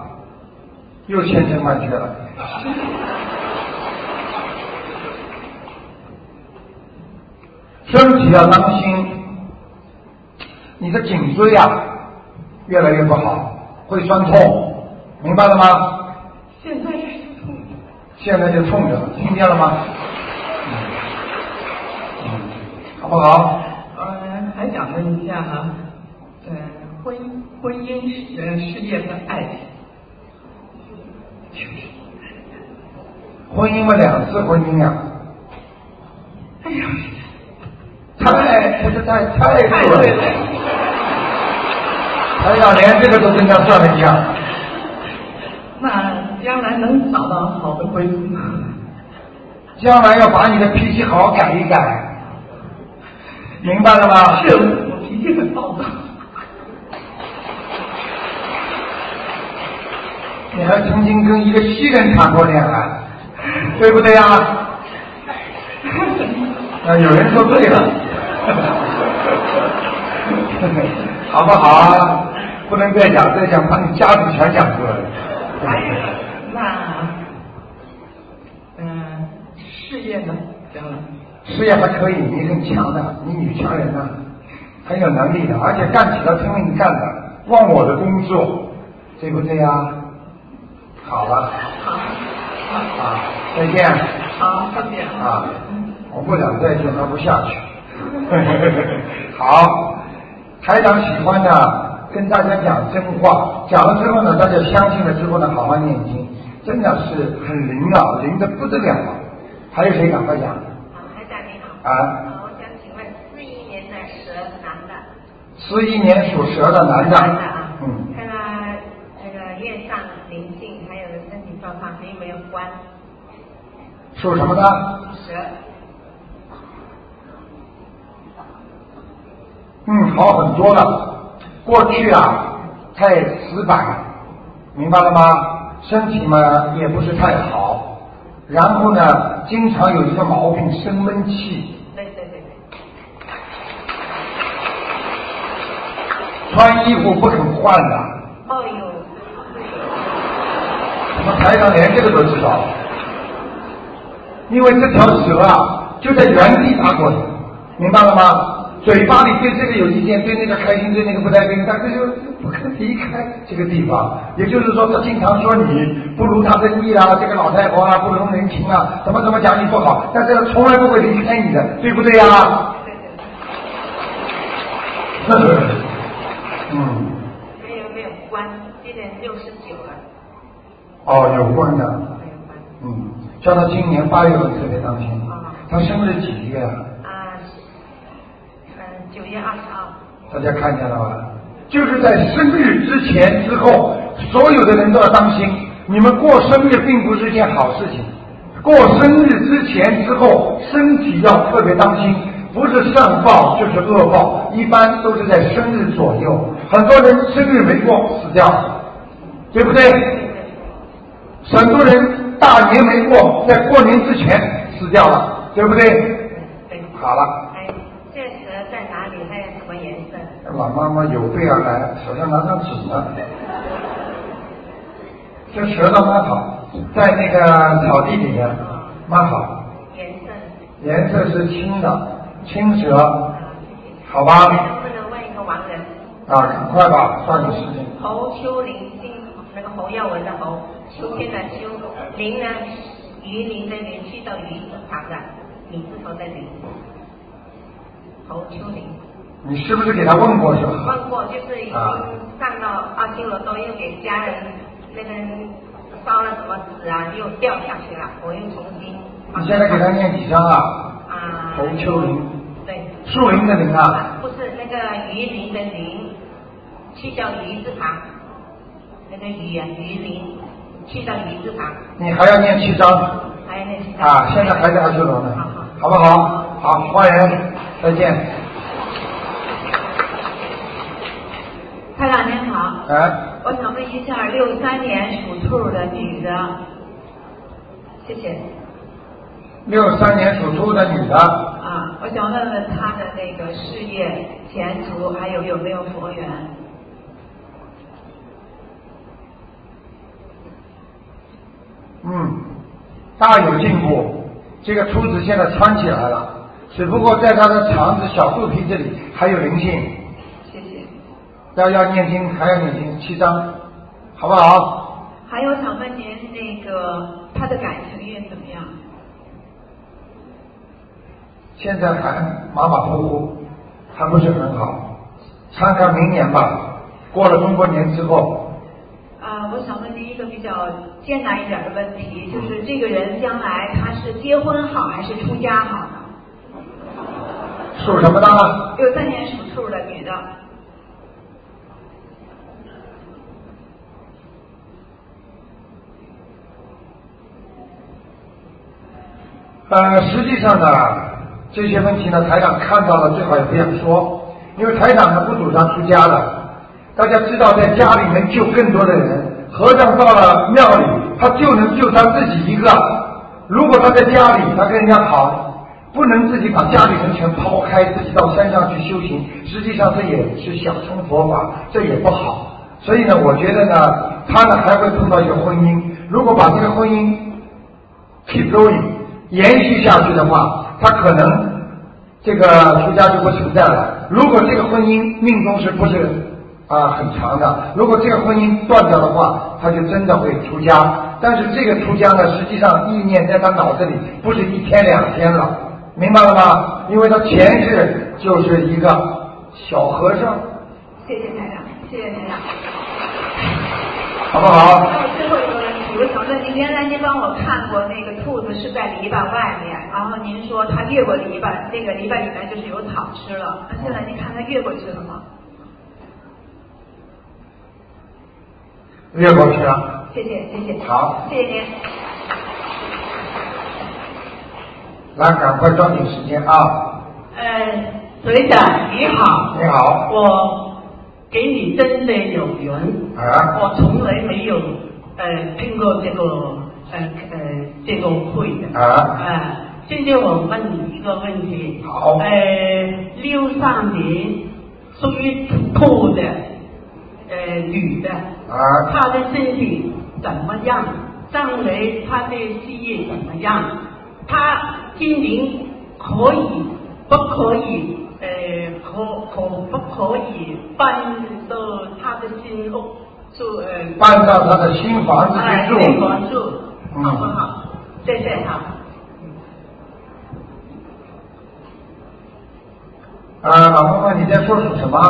又千真万确了。 身体要当心，你的颈椎啊越来越不好，会酸痛，明白了吗？现在是痛，现在就痛着了，听见了吗？嗯，嗯好不好？呃，还想问一下哈、呃，婚婚姻、呃事业和爱情，婚姻嘛，两次婚姻啊，哎呀，哎太不是太太太准对了，了，台长连这个都跟他算了一样。那将来能找到好的婚姻吗？将来要把你的脾气好好改一改，明白了吗？是我脾气很暴躁，你还曾经跟一个西人谈过恋爱，对不 对啊？啊，有人说对 了，好不好啊？不能再讲，再讲把你家族全讲出来了。哎那，嗯、事业呢？将来事业还可以，你很强的，你女强人呐、很有能力的，而且干起来拼命干的，忘我的工作，对不对呀、好了，啊，再见好，再见啊。啊！我不讲再见，他不下去。 好，台长喜欢呢，跟大家讲真话，讲了之后呢，大家相信了之后呢，好好念经，真的是很灵啊，灵的不得了啊！还有谁敢快讲？好，台长你好。啊呃我想请问，四一年的蛇男的，十一年属蛇的男的男的啊，，嗯，看他那个业障、灵性，还有身体状况还有没有关？属什么的？蛇，嗯，好很多了。过去啊，太死板，明白了吗？身体嘛也不是太好，然后呢，经常有一个毛病，生闷气，对对对对，穿衣服不肯换的。哦有，我们台上连这个都知道，因为这条蛇啊就在原地打滚，明白了吗？嘴巴里对这个有意见，对那个开心，对那个不开心，但是就不肯离开这个地方。也就是说，他经常说你不如他的意啦，这个老太婆啊不容人情啊，怎么怎么讲你不好，但是从来不会离开你的，对不对呀、对对对，嗯，还有没有关？今年六十九了，哦，有关的，没有关。嗯，叫他今年八月份特别当心啊，他生日几月啊？啊，嗯，九月二十二，大家看见了吧？就是在生日之前、之后，所有的人都要当心。你们过生日并不是件好事情，过生日之前、之后，身体要特别当心，不是善报就是恶报，一般都是在生日左右。很多人生日没过死掉了，对不对？很多人大年没过，在过年之前死掉了，对不对？对。好了。哎，这蛇在哪里？还有什么颜色？老妈妈有备而来，手上拿张纸呢。这蛇倒蛮好，在那个草地里面蛮好，颜色？颜色是青的，青蛇，啊，谢谢。好吧？能不能问一个亡人？啊，很快吧，抓紧时间。侯秋林，姓那个侯耀文的侯，秋天的秋，林呢，鱼鳞的鳞，去掉鱼旁的米字头的林。侯秋林，你是不是给他问过是吧？问过就是已经啊上到阿修罗道，又给家人那个烧了什么纸啊，又掉下去了，我又重新。你现在给他念几张啊？啊。侯秋林。对。树林的林啊，不是那个鱼鳞的鳞，去掉鱼字旁，那个鱼啊鱼鳞，去掉鱼字旁，你还要念七张。还有那其他啊，现在还在阿修罗呢好好，好不好？好，花园，再见。太长您好，哎，我想问一下，六三年属兔的女的，谢谢六三年属兔的女的。啊，我想问问她的那个事业前途，还有有没有佛缘？嗯大有进步，这个兔子现在穿起来了，只不过在它的肠子、小肚皮这里还有灵性。谢谢。要要念经，还要念经七章，好不好？还有小半年那个他的感情运怎么样？现在还马马虎虎，还不是很好，看看明年吧。过了中国年之后，啊、我想问您一个比较艰难一点的问题，就是这个人将来他是结婚好还是出家好呢？属什么呢？六三年属兔的女的，呃，实际上呢，这些问题呢，台长看到了，最好也不想说，因为台长呢不主张出家的。大家知道，在家里能救更多的人，和尚到了庙里，他就能救他自己一个。如果他在家里，他跟人家跑，不能自己把家里人全抛开，自己到山上去修行，实际上这也是小乘佛法，这也不好。所以呢，我觉得呢，他呢还会碰到一个婚姻，如果把这个婚姻 keep going 延续下去的话，他可能这个出家就不存在了。如果这个婚姻命中是不是啊很长的，如果这个婚姻断掉的话，他就真的会出家。但是这个出家呢，实际上意念在他脑子里不是一天两天了，明白了吗？因为他前世就是一个小和尚，谢谢台长，谢谢台长。好不好？还有最后一个问题，我想问您，原来您帮我看过那个兔子是在篱笆外面，然后您说它越过篱笆，那个篱笆里面就是有草吃了，那现在您看它越过去了吗？越过去了。谢谢谢谢，好，谢谢您。来，赶快抓紧时间啊！呃，队长你好，你好，我给你真的有缘，啊，我从来没有呃听过这个呃呃这个会的啊，啊。今天我问你一个问题，好呃，六三年属于兔的呃女的，啊，她的身体怎么样？将来她的事业怎么样？她今年可以不可以？呃，可可不可以搬到她的新屋住？呃，搬到他的新房子哎，去这住。嗯个住好不好？谢谢哈。啊，老婆婆，你在说属什么？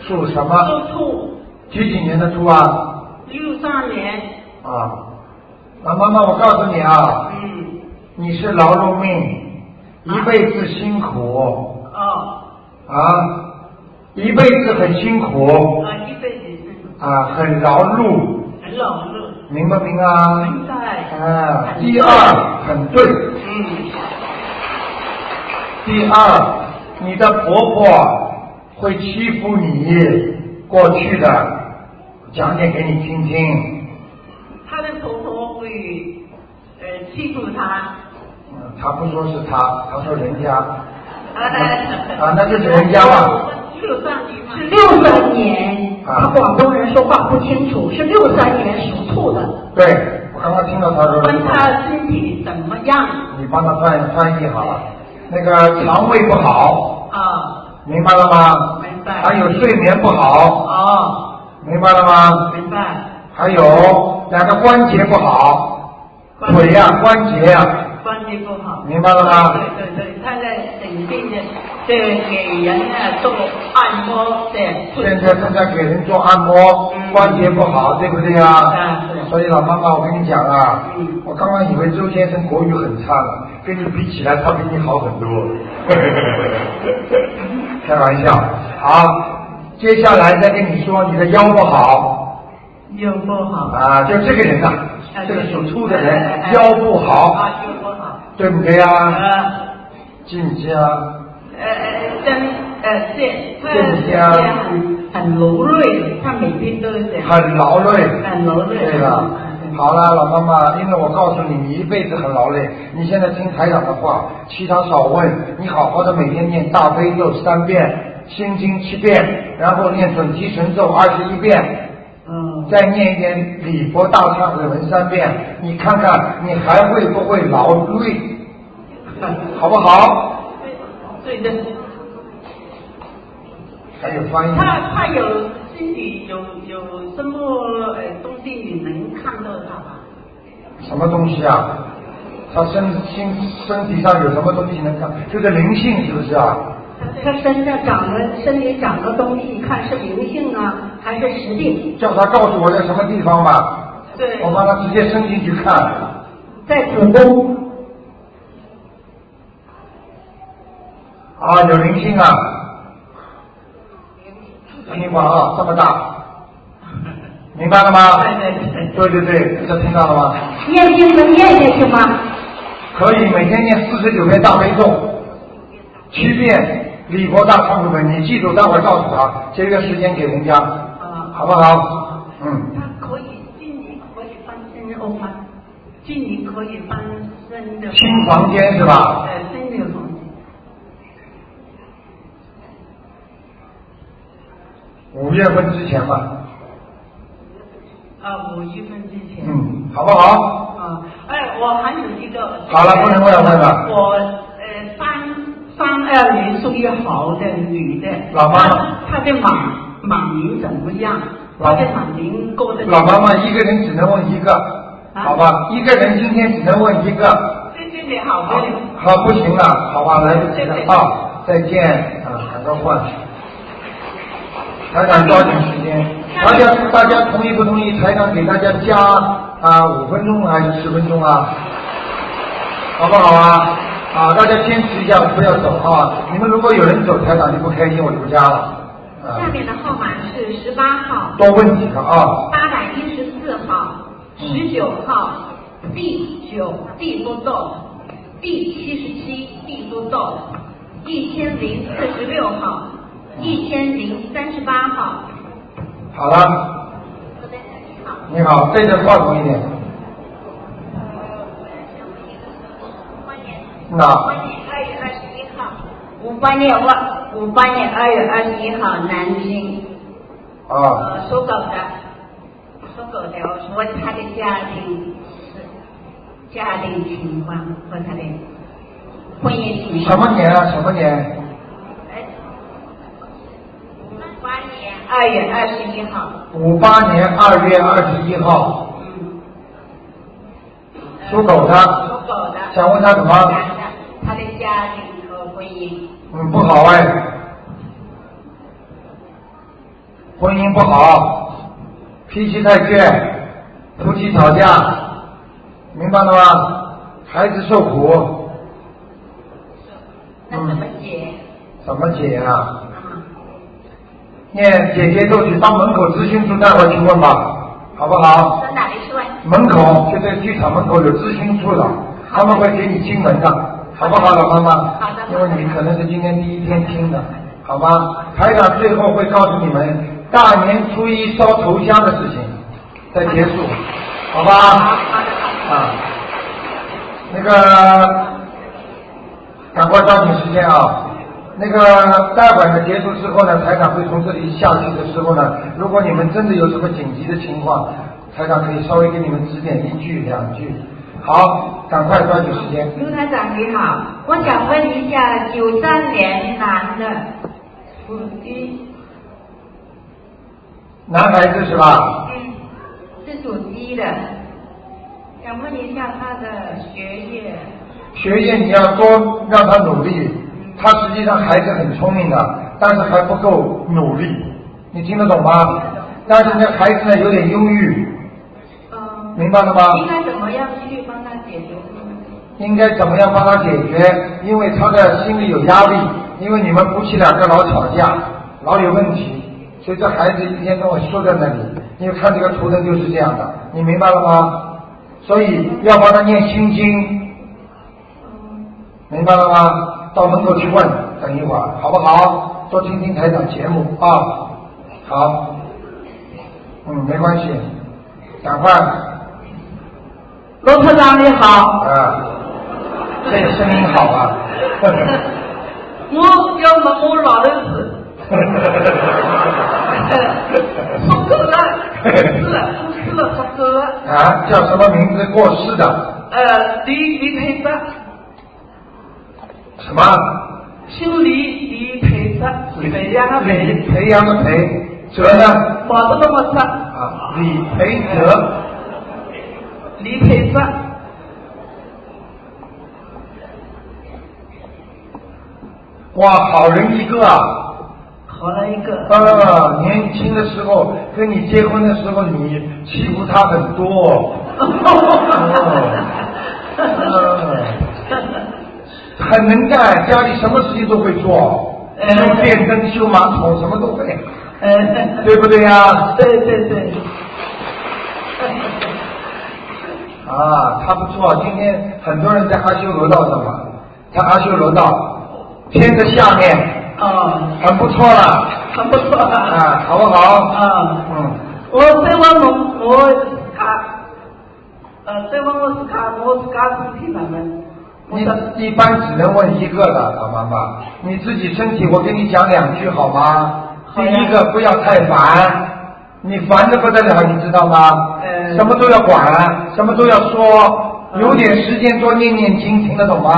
属什么？做兔几几年的猪啊？六三年，啊，老妈妈，我告诉你啊，嗯，你是劳碌命，一辈子辛苦哦，啊，一辈子很辛苦啊，一辈子是啊，很劳碌，很老了，明不明啊？很在，啊，第二很对，嗯，第二，你的婆婆会欺负你过去的，讲点给你听听。她的婆婆会呃欺负她，嗯，她不说是她，她说人 家。啊啊，那就是人家嘛。六三年嘛是，六三年，啊广东人说话不清楚，是六三年属兔的。对，我刚刚听到她说问她身体怎么样你帮她翻翻译好了。那个肠胃不好，啊？明白了吗？明白还有睡眠不好，哦，明白了吗？明白，还有两个关节不好，关腿呀、关节啊呀、关系不好。明白了吗？对对对，他在整天的这个给人啊做按摩的，现在正在给人做按摩，嗯关节不好，对不对啊？嗯所以老妈妈，我跟你讲啊嗯，我刚刚以为周先生国语很差呢，跟你比起来，他比你好很 多。开玩笑，好，接下来再跟你说，你的腰不好又不好，啊，就这个人呐、哎这个属兔的哎人哎腰不好，啊又不好，对不对啊？呃记不记啊？呃呃，真呃这他对不对啊很很劳累，他每天都这样，很劳累。很劳累，对了，好了，老妈妈，因为我告诉你，你一辈子很劳累。你现在听台长的话，其他少问，你好好的每天念大悲咒三遍，心经七遍，然后念准提神咒二十一遍，嗯，再念一点礼佛大忏悔文三遍，你看看你还会不会劳累， 好不好？对对的。嗯还有翻译。他他有心里有有什么呃东西你能看到他吗？什么东西啊？他身心身体上有什么东西能看？就是灵性是不是啊？他身上长了身体长了东西，看是灵性啊还是实力？叫他告诉我在什么地方吧。对。我帮他直接伸进去看。在子宫。啊，有灵性啊！听话啊，这么 大，明白了吗？对对对。对对对，这听到了吗？念经能念下去吗？可以每天念四十九遍大悲咒，七遍礼佛大忏悔文，你记住，待会儿告诉他，节约时间给人家，好不好？嗯，他可以心里可以翻身哦吗？心里可以翻身的。新房间是吧？呃，新的房间。五月份之前吧，啊，五月份之前。嗯，好不好？啊，哎，我还有一个。好了不能问了我呃，三三二年属于猴的女的。老妈妈她。她的马马龄怎么样？老她的马龄过得。老妈妈一个人只能问一个，好吧？一个人今天只能问一个，对对对，好的。啊好不行了，好吧？来不及了啊！再见啊，赶快换。台长抓紧时间，大家大家同意不同意？台长给大家加啊五分钟还是十分钟啊？好不好啊？啊，大家坚持一下，不要走啊！你们如果有人走，台长就不开心，我就不加了。啊下，面的号码是十八号、多问几个啊。八百一十四号、十九号、D 九 D 波动、D 七十七 D 波动、一千零四十六号、一千零三十八号。好了，你好，对着话筒一点。那二月二十一号，五八年二五八年二月二十一号，南京，啊，呃，属狗的，属狗的，我问他的家庭是家庭情况和他的婚姻情什况。么年啊？什么年？五八年二月二十一号，五八年二月二十一号，嗯，属狗属的，狗的，想问他什么？男的，他的家庭和婚姻，嗯，不好哎，婚姻不好，脾气太倔，夫妻吵架，明白了吗？孩子受苦，Ừ. 嗯那怎么解？怎么解啊？啊，念姐姐都去到门口咨询处待会儿去问吧，好不好？到哪里去问？门口就在剧场门口有咨询处的，他们会给你经文的，好不好，老妈妈？好的因为你可能是今天第一天听的，好吗？台长最后会告诉你们大年初一烧头香的事情，再结束，好吧？啊，那个，赶快抓紧时间啊！那个待会儿呢，结束之后呢，台长会从这里下去的时候呢，如果你们真的有什么紧急的情况，台长可以稍微给你们指点一句两句。好，赶快抓紧时间。卢台长你好，我想问一下，九三年男的，属鸡，男孩子是吧？嗯，是属鸡的，想问一下他的学业，学业你要多让他努力，他实际上还是很聪明的，但是还不够努力，你听得懂吗？但是呢，孩子呢有点忧郁，嗯，明白了吗？应该怎么样去帮他解决这个问题？应该怎么样帮他解决？因为他的心里有压力，因为你们夫妻两个老吵架，老有问题，所以这孩子一天到晚缩在那里。因为看这个图腾就是这样的，你明白了吗？所以要帮他念心经，明白了吗？到门口去问，等一会儿好不好？多听听台长节目啊。好，嗯，没关系，赶快罗科长你好，啊，这个声音好啊。我有冇冇老头子？我够了。啊啊，叫什么名字过世的？呃，李李培德，什么？姓李，李培德，培养的李培，培养的培，哲呢？我的那啊么哲，啊，李培哲，李培德，哇，好人一个啊！好了一个，啊，年轻的时候跟你结婚的时候，你欺负他很多。哦，嗯很能干，家里什么事情都会做，修电灯、修马桶，什么都会，呃，对不对呀、对对对，啊？他不错，今天很多人在阿修罗道的嘛，在阿修罗道，天的下面，啊，很不错了，很不错啊，啊，好不好？啊，嗯，我对我我我自家，呃，对我我自家我自家身体慢慢，我你的一般只能问一个了，老妈妈，你自己身体，我跟你讲两句好吗？第好呀一个不要太烦，你烦的不得了，你知道吗？嗯什么都要管，什么都要说，有点时间多念念经，听得懂吗？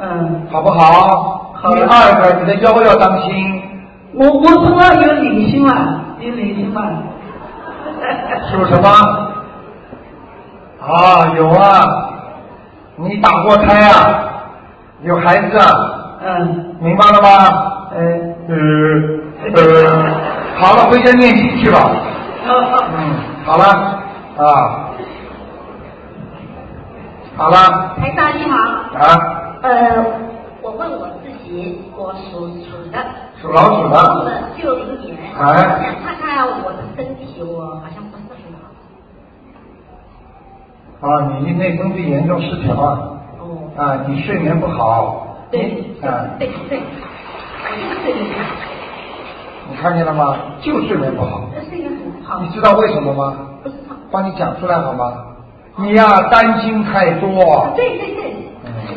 嗯。好不好？好第的二个，你的腰要当心，我我身上有灵性嘛，有灵性啊嘛，属什么？啊，有啊，你打过胎啊，有孩子啊，嗯，明白了吗？哎，呃呃，好了，回家念经去吧。嗯，好了啊，好了台长你哎好，啊，呃，我问我自己，我属鼠的，属老鼠我的，的六零年，哎我想看看我的身体，我好像不是很好。啊，你内分泌严重失调啊，哦，啊，你睡眠不好，对，啊，对对，我就是这个，你看见了吗？就睡眠不好，这睡得很好你，知道为什么吗？不知道。帮你讲出来好吗？你呀、担心太多。对对对，嗯对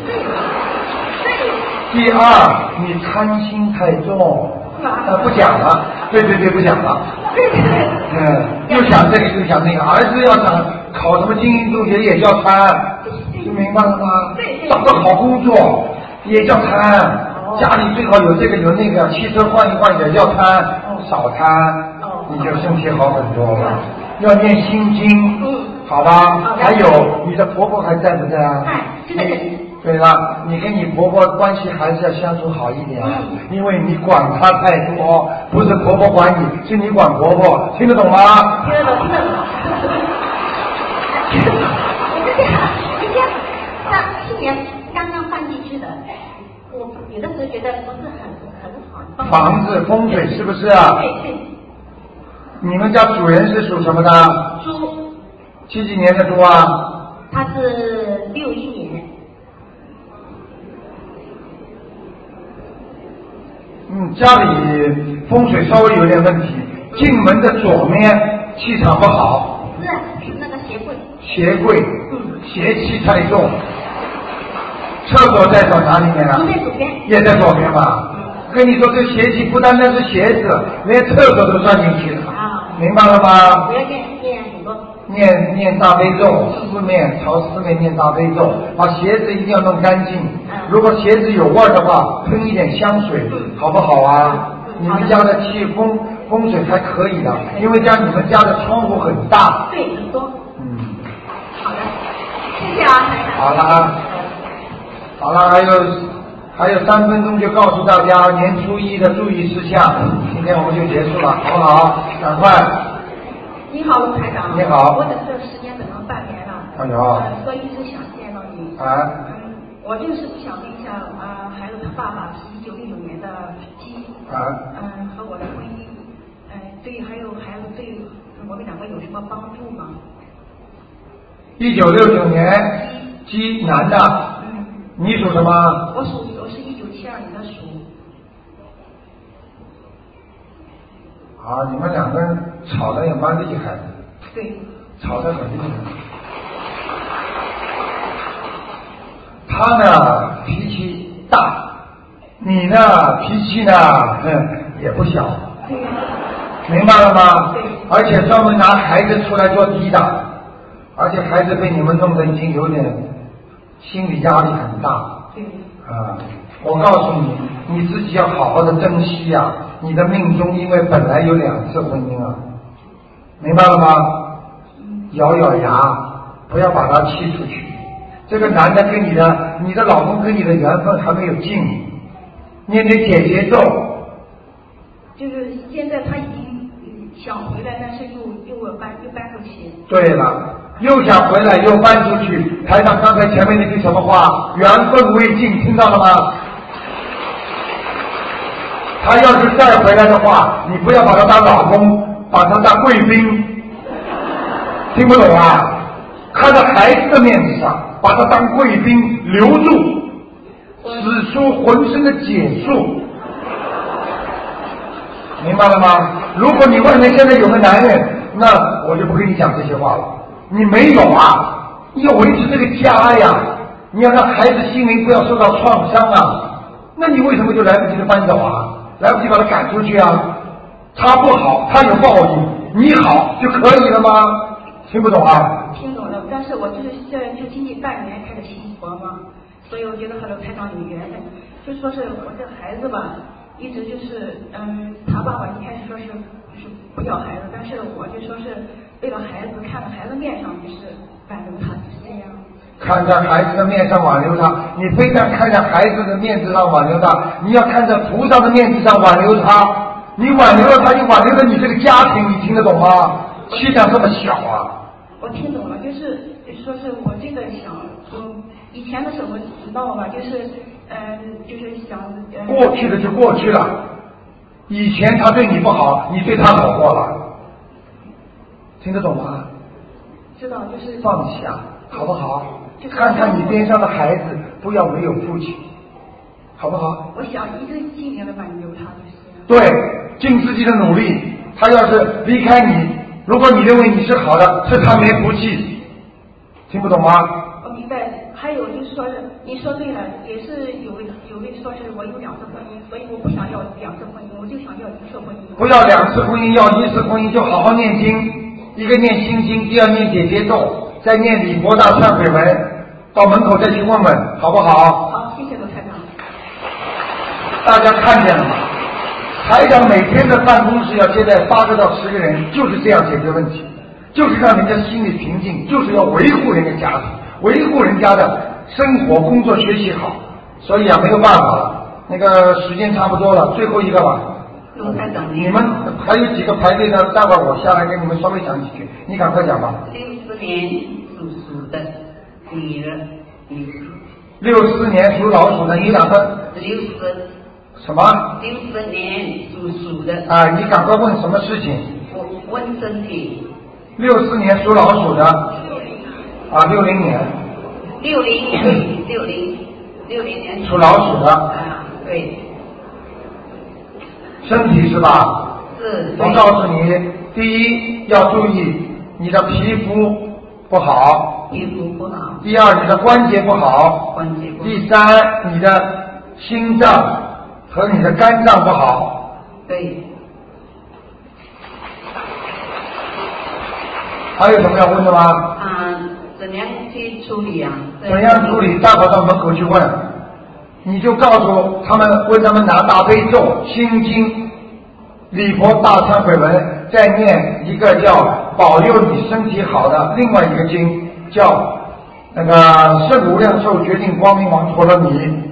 对，第二，你贪心太重。啊，不讲了，对对对，不讲了。嗯，又想这个又想那个，儿子要想考什么精英中学也叫贪，你明白了吗？找个好工作也叫贪，家里最好有这个有那个，汽车换一换也叫贪，少贪，你就身体好很多了。要念心经，哦嗯好吧？还有你的婆婆还在不在啊？哎现在在对了，你跟你婆婆关系还是要相处好一点，啊嗯因为你管她太多，不是婆婆管你，是你管婆婆，听得懂吗？听得懂听得懂。我是这样，今天上去年刚刚换地区的，我有的时候觉得不是很很好。房子风水是不是啊？嗯对对，你们家主人是属什么的？猪，几几年的猪啊？它是六一年，嗯，家里风水稍微有点问题，进门的左面气场不好，是啊是那个鞋柜，鞋柜邪气太重，厕所在走哪里面啊？都在左边。嗯也在左边吧。跟你说，这鞋底不单单是鞋子，连厕所都算进去了，啊明白了我吗？要念念很多，念念大悲咒，四面朝四面念大悲咒，把鞋子一定要弄干净。嗯如果鞋子有味儿的话，喷一点香水，好不好啊？嗯你们家的气风风水还可以的，因为家你们家的窗户很大。对，很多。嗯，好的，谢谢啊，台长。好了啊，好了，还有还有三分钟就告诉大家年初一的注意事项，今天我们就结束了，好不好？赶快，你好，卢台长。你好我等这时间等了半年了。哎呦呃所以一直想见到你。啊，嗯，我就是想问一下，啊、孩子他爸爸是一九六九年的鸡，啊嗯、和我的婚姻，嗯、对，还有孩子对我们两个有什么帮助吗？一九六九年鸡男的，嗯，你属什么？我属我是一九七二年的属，啊，你们两个人吵得也蛮厉害的，对，吵得很厉害。他呢脾气大，你呢脾气呢，哼，也不小。对呀、明白了吗对？而且专门拿孩子出来做抵挡，而且孩子被你们弄得已经有点心理压力很大。对。啊、我告诉你，你自己要好好的珍惜呀、你的命中因为本来有两次婚姻啊，明白了吗？咬咬牙，不要把他气出去。这个男的跟你的，你的老公跟你的缘分还没有尽，念念姐姐咒，就是现在他已经嗯想回来，但是又又有搬又搬出去。对了，又想回来又搬出去。台长刚才前面那句什么话？缘分未尽，听到了吗？他要是再回来的话，你不要把他当老公，把他当贵宾，听不懂啊？看在孩子的面子上，把他当贵宾留住，使出浑身的解数，明白了吗？如果你外面现在有个男人，那我就不跟你讲这些话了。你没有啊，你要维持这个家呀，你要让孩子心灵不要受到创伤啊。那你为什么就来不及的搬走啊？来不及把他赶出去啊？他不好，他有报应，你好就可以了吗？听不懂啊？听懂了，但是我就是现在就经历半年开始信佛嘛，所以我觉得和刘台长有缘分。就说是我这个孩子吧，一直就是嗯，他爸爸一开始说是就是不要孩子，但是我就说是为了孩子，看在孩子面上，就是挽留他，就是这样。看在孩子的面上挽留他，你非但看在孩子的面子上挽留他，你要看在菩萨的面子上挽留他。你挽留了他，你挽留了你这个家庭，你听得懂吗？气量这么小啊！我听懂了，就是说是我这个想，我以前的时候我知道吧，就是嗯、就是想嗯。过去的就过去了，以前他对你不好，你对他好过了，听得懂吗？知道就是放下，好不好？看看你边上的孩子，不要没有父亲，好不好？我想一个尽量的挽留他，就是对，尽自己的努力。他要是离开你，如果你认为你是好的，是他没福气，听不懂吗？我明白。还有就是说是你说对了，也是有位有位说是我有两次婚姻，所以我不想要两次婚姻，我就想要一次婚姻。不要两次婚姻，要一次婚姻就好好念经，一个念心经，第二念解结咒，再念礼佛大忏悔文，到门口再去问问，好不好？好，谢谢罗台长。大家看见了吗？台长每天的办公室要接待八个到十个人，就是这样解决问题，就是让人家心里平静，就是要维护人家家庭，维护人家的生活、工作、学习好。所以啊，没有办法了，那个时间差不多了，最后一个吧。卢台长，你们还有几个排队呢？待会儿我下来给你们稍微讲几句，你赶快讲吧。六四年属鼠的女的，女六四年属老鼠的，你打算六十什么？啊，六十年属鼠的，你赶快问什么事情？我问身体，六四年属老鼠的，啊，六零年六零年六零六零年属老鼠的，啊，对，身体是吧？是，我告诉你，第一要注意你的皮肤不好，皮肤不好，第二你的关节不好，关节不好，第三你的心脏和你的肝脏不好对，还有什么要问的吗？啊，怎样去处理啊？怎样处理？待会儿到门口去问，你就告诉他们，为他们拿大悲咒、心经、礼佛大忏悔文，再念一个叫保佑你身体好的另外一个经，叫那个圣无量寿决定光明王陀罗尼。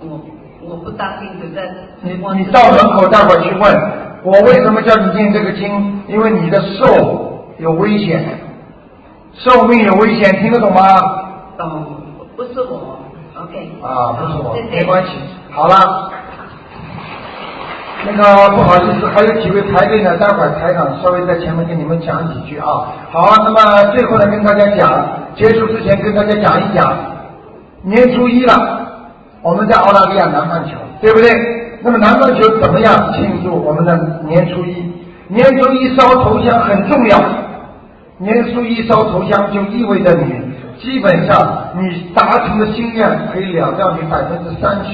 我我不大清楚在，你你到门口待会儿去问，我为什么叫你念这个经？因为你的寿有危险，寿命有危险，听得懂吗？哦，不是我，OK，啊，不是我，谢谢没关系，好了。那个不好意思，还有几位排队呢，待会儿台长稍微在前面跟你们讲几句啊。好啊，那么最后呢，跟大家讲，结束之前跟大家讲一讲，年初一了，我们在澳大利亚南半球，对不对？那么南半球怎么样庆祝我们的年初一？年初一烧头香很重要，年初一烧头香就意味着你基本上你达成的心愿可以了掉你百分之三十。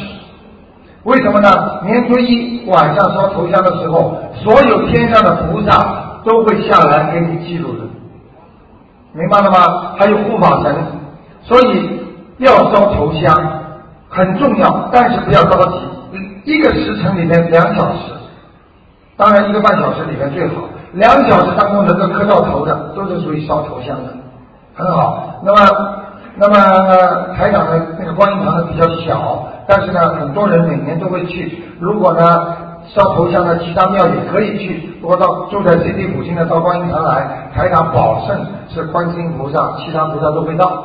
为什么呢？年初一晚上烧头香的时候，所有天上的菩萨都会下来给你记录的。明白了吗？还有护法神，所以要烧头香很重要，但是不要着急，一个时辰里面两小时，当然一个半小时里面最好，两小时当中能够磕到头的都是属于烧头香的，很好。那么。那么、呃、台长的那个观音堂呢比较小，但是呢，很多人每年都会去。如果呢烧头香的其他庙也可以去，如果到住在 CT 附近的到观音堂来，台长保证是观世音菩萨，其他菩萨都会到。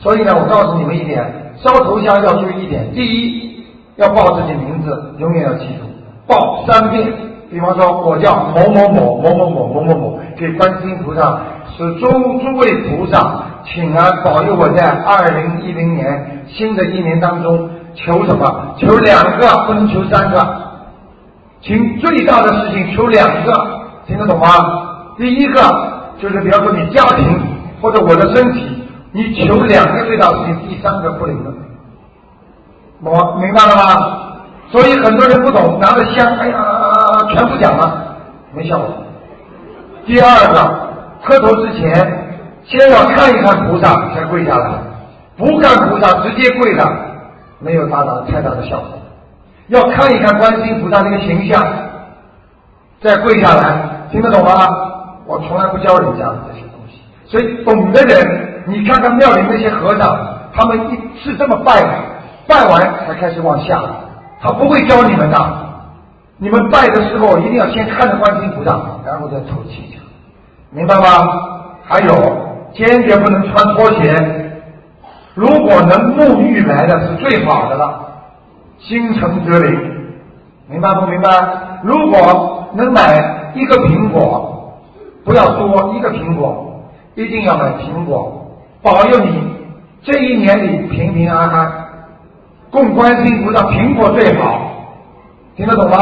所以呢，我告诉你们一点，烧头香要注意一点：第一，要报自己名字，永远要记住，报三遍。比方说，我叫某某某某某某某某某，给观世音菩萨是诸诸位菩萨。请啊，保佑我在二零一零年新的一年当中求什么？求两个，不能求三个。请最大的事情求两个，听得懂吗？第一个就是比方说你家庭或者我的身体，你求两个最大的事情，第三个不灵的。我明白了吗？所以很多人不懂，拿着香，哎呀，全部讲了，没效果。第二个，磕头之前。先要看一看菩萨才跪下来，不看菩萨直接跪了，没有达到太大的效果。要看一看观世音菩萨那个形象，再跪下来，听得懂吗？我从来不教人家这些东西，所以懂的人，你看看庙里那些和尚，他们一是这么拜的，拜完才开始往下，他不会教你们的。你们拜的时候一定要先看着观世音菩萨，然后再吐气，明白吗？还有。坚决不能穿拖鞋。如果能沐浴来的是最好的了，心诚则灵，明白不明白？如果能买一个苹果，不要多一个苹果，一定要买苹果，保佑你这一年里平平安安。供观世音菩萨苹果最好，听得懂吗？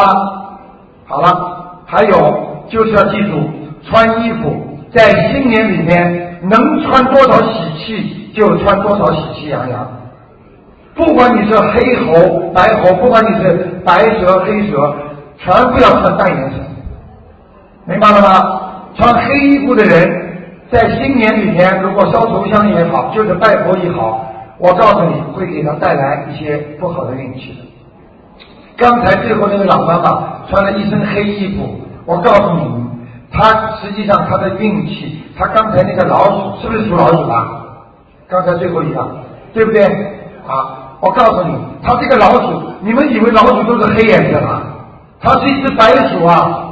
好了，还有就是要记住穿衣服，在新年里面。能穿多少喜气就穿多少喜气洋洋，不管你是黑猴白猴，不管你是白蛇黑蛇，全部要穿淡颜色，明白了吗？穿黑衣服的人，在新年里面，如果烧头香也好，就是拜佛也好，我告诉你会给他带来一些不好的运气的。刚才最后那个老妈妈穿了一身黑衣服，我告诉你。他实际上他的运气，他刚才那个老鼠是不是属老鼠啊？刚才最后一个，对不对？啊，我告诉你，他这个老鼠，你们以为老鼠都是黑颜色吗？它是一只白鼠啊！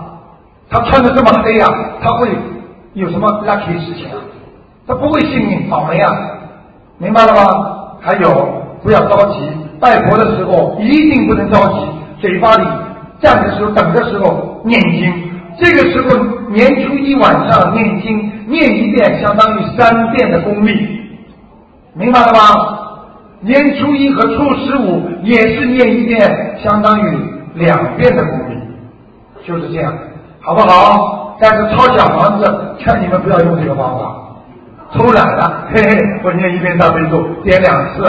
它穿的这么黑啊，它会有什么 lucky 事情啊？它不会幸运倒霉啊，明白了吗？还有，不要着急，拜佛的时候一定不能着急，嘴巴里站的时候、等的时候念经。这个时候，年初一晚上念经，念一遍相当于三遍的功力，明白了吗？年初一和初十五也是念一遍，相当于两遍的功力，就是这样，好不好？但是抄小房子，劝你们不要用这个方法，偷懒了，嘿嘿，我念一遍大悲咒，点两次，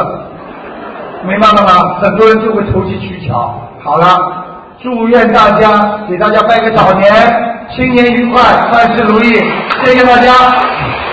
明白了吗？很多人就会投机取巧。好了。祝愿大家给大家拜个早年，新年愉快，万事如意，谢谢大家。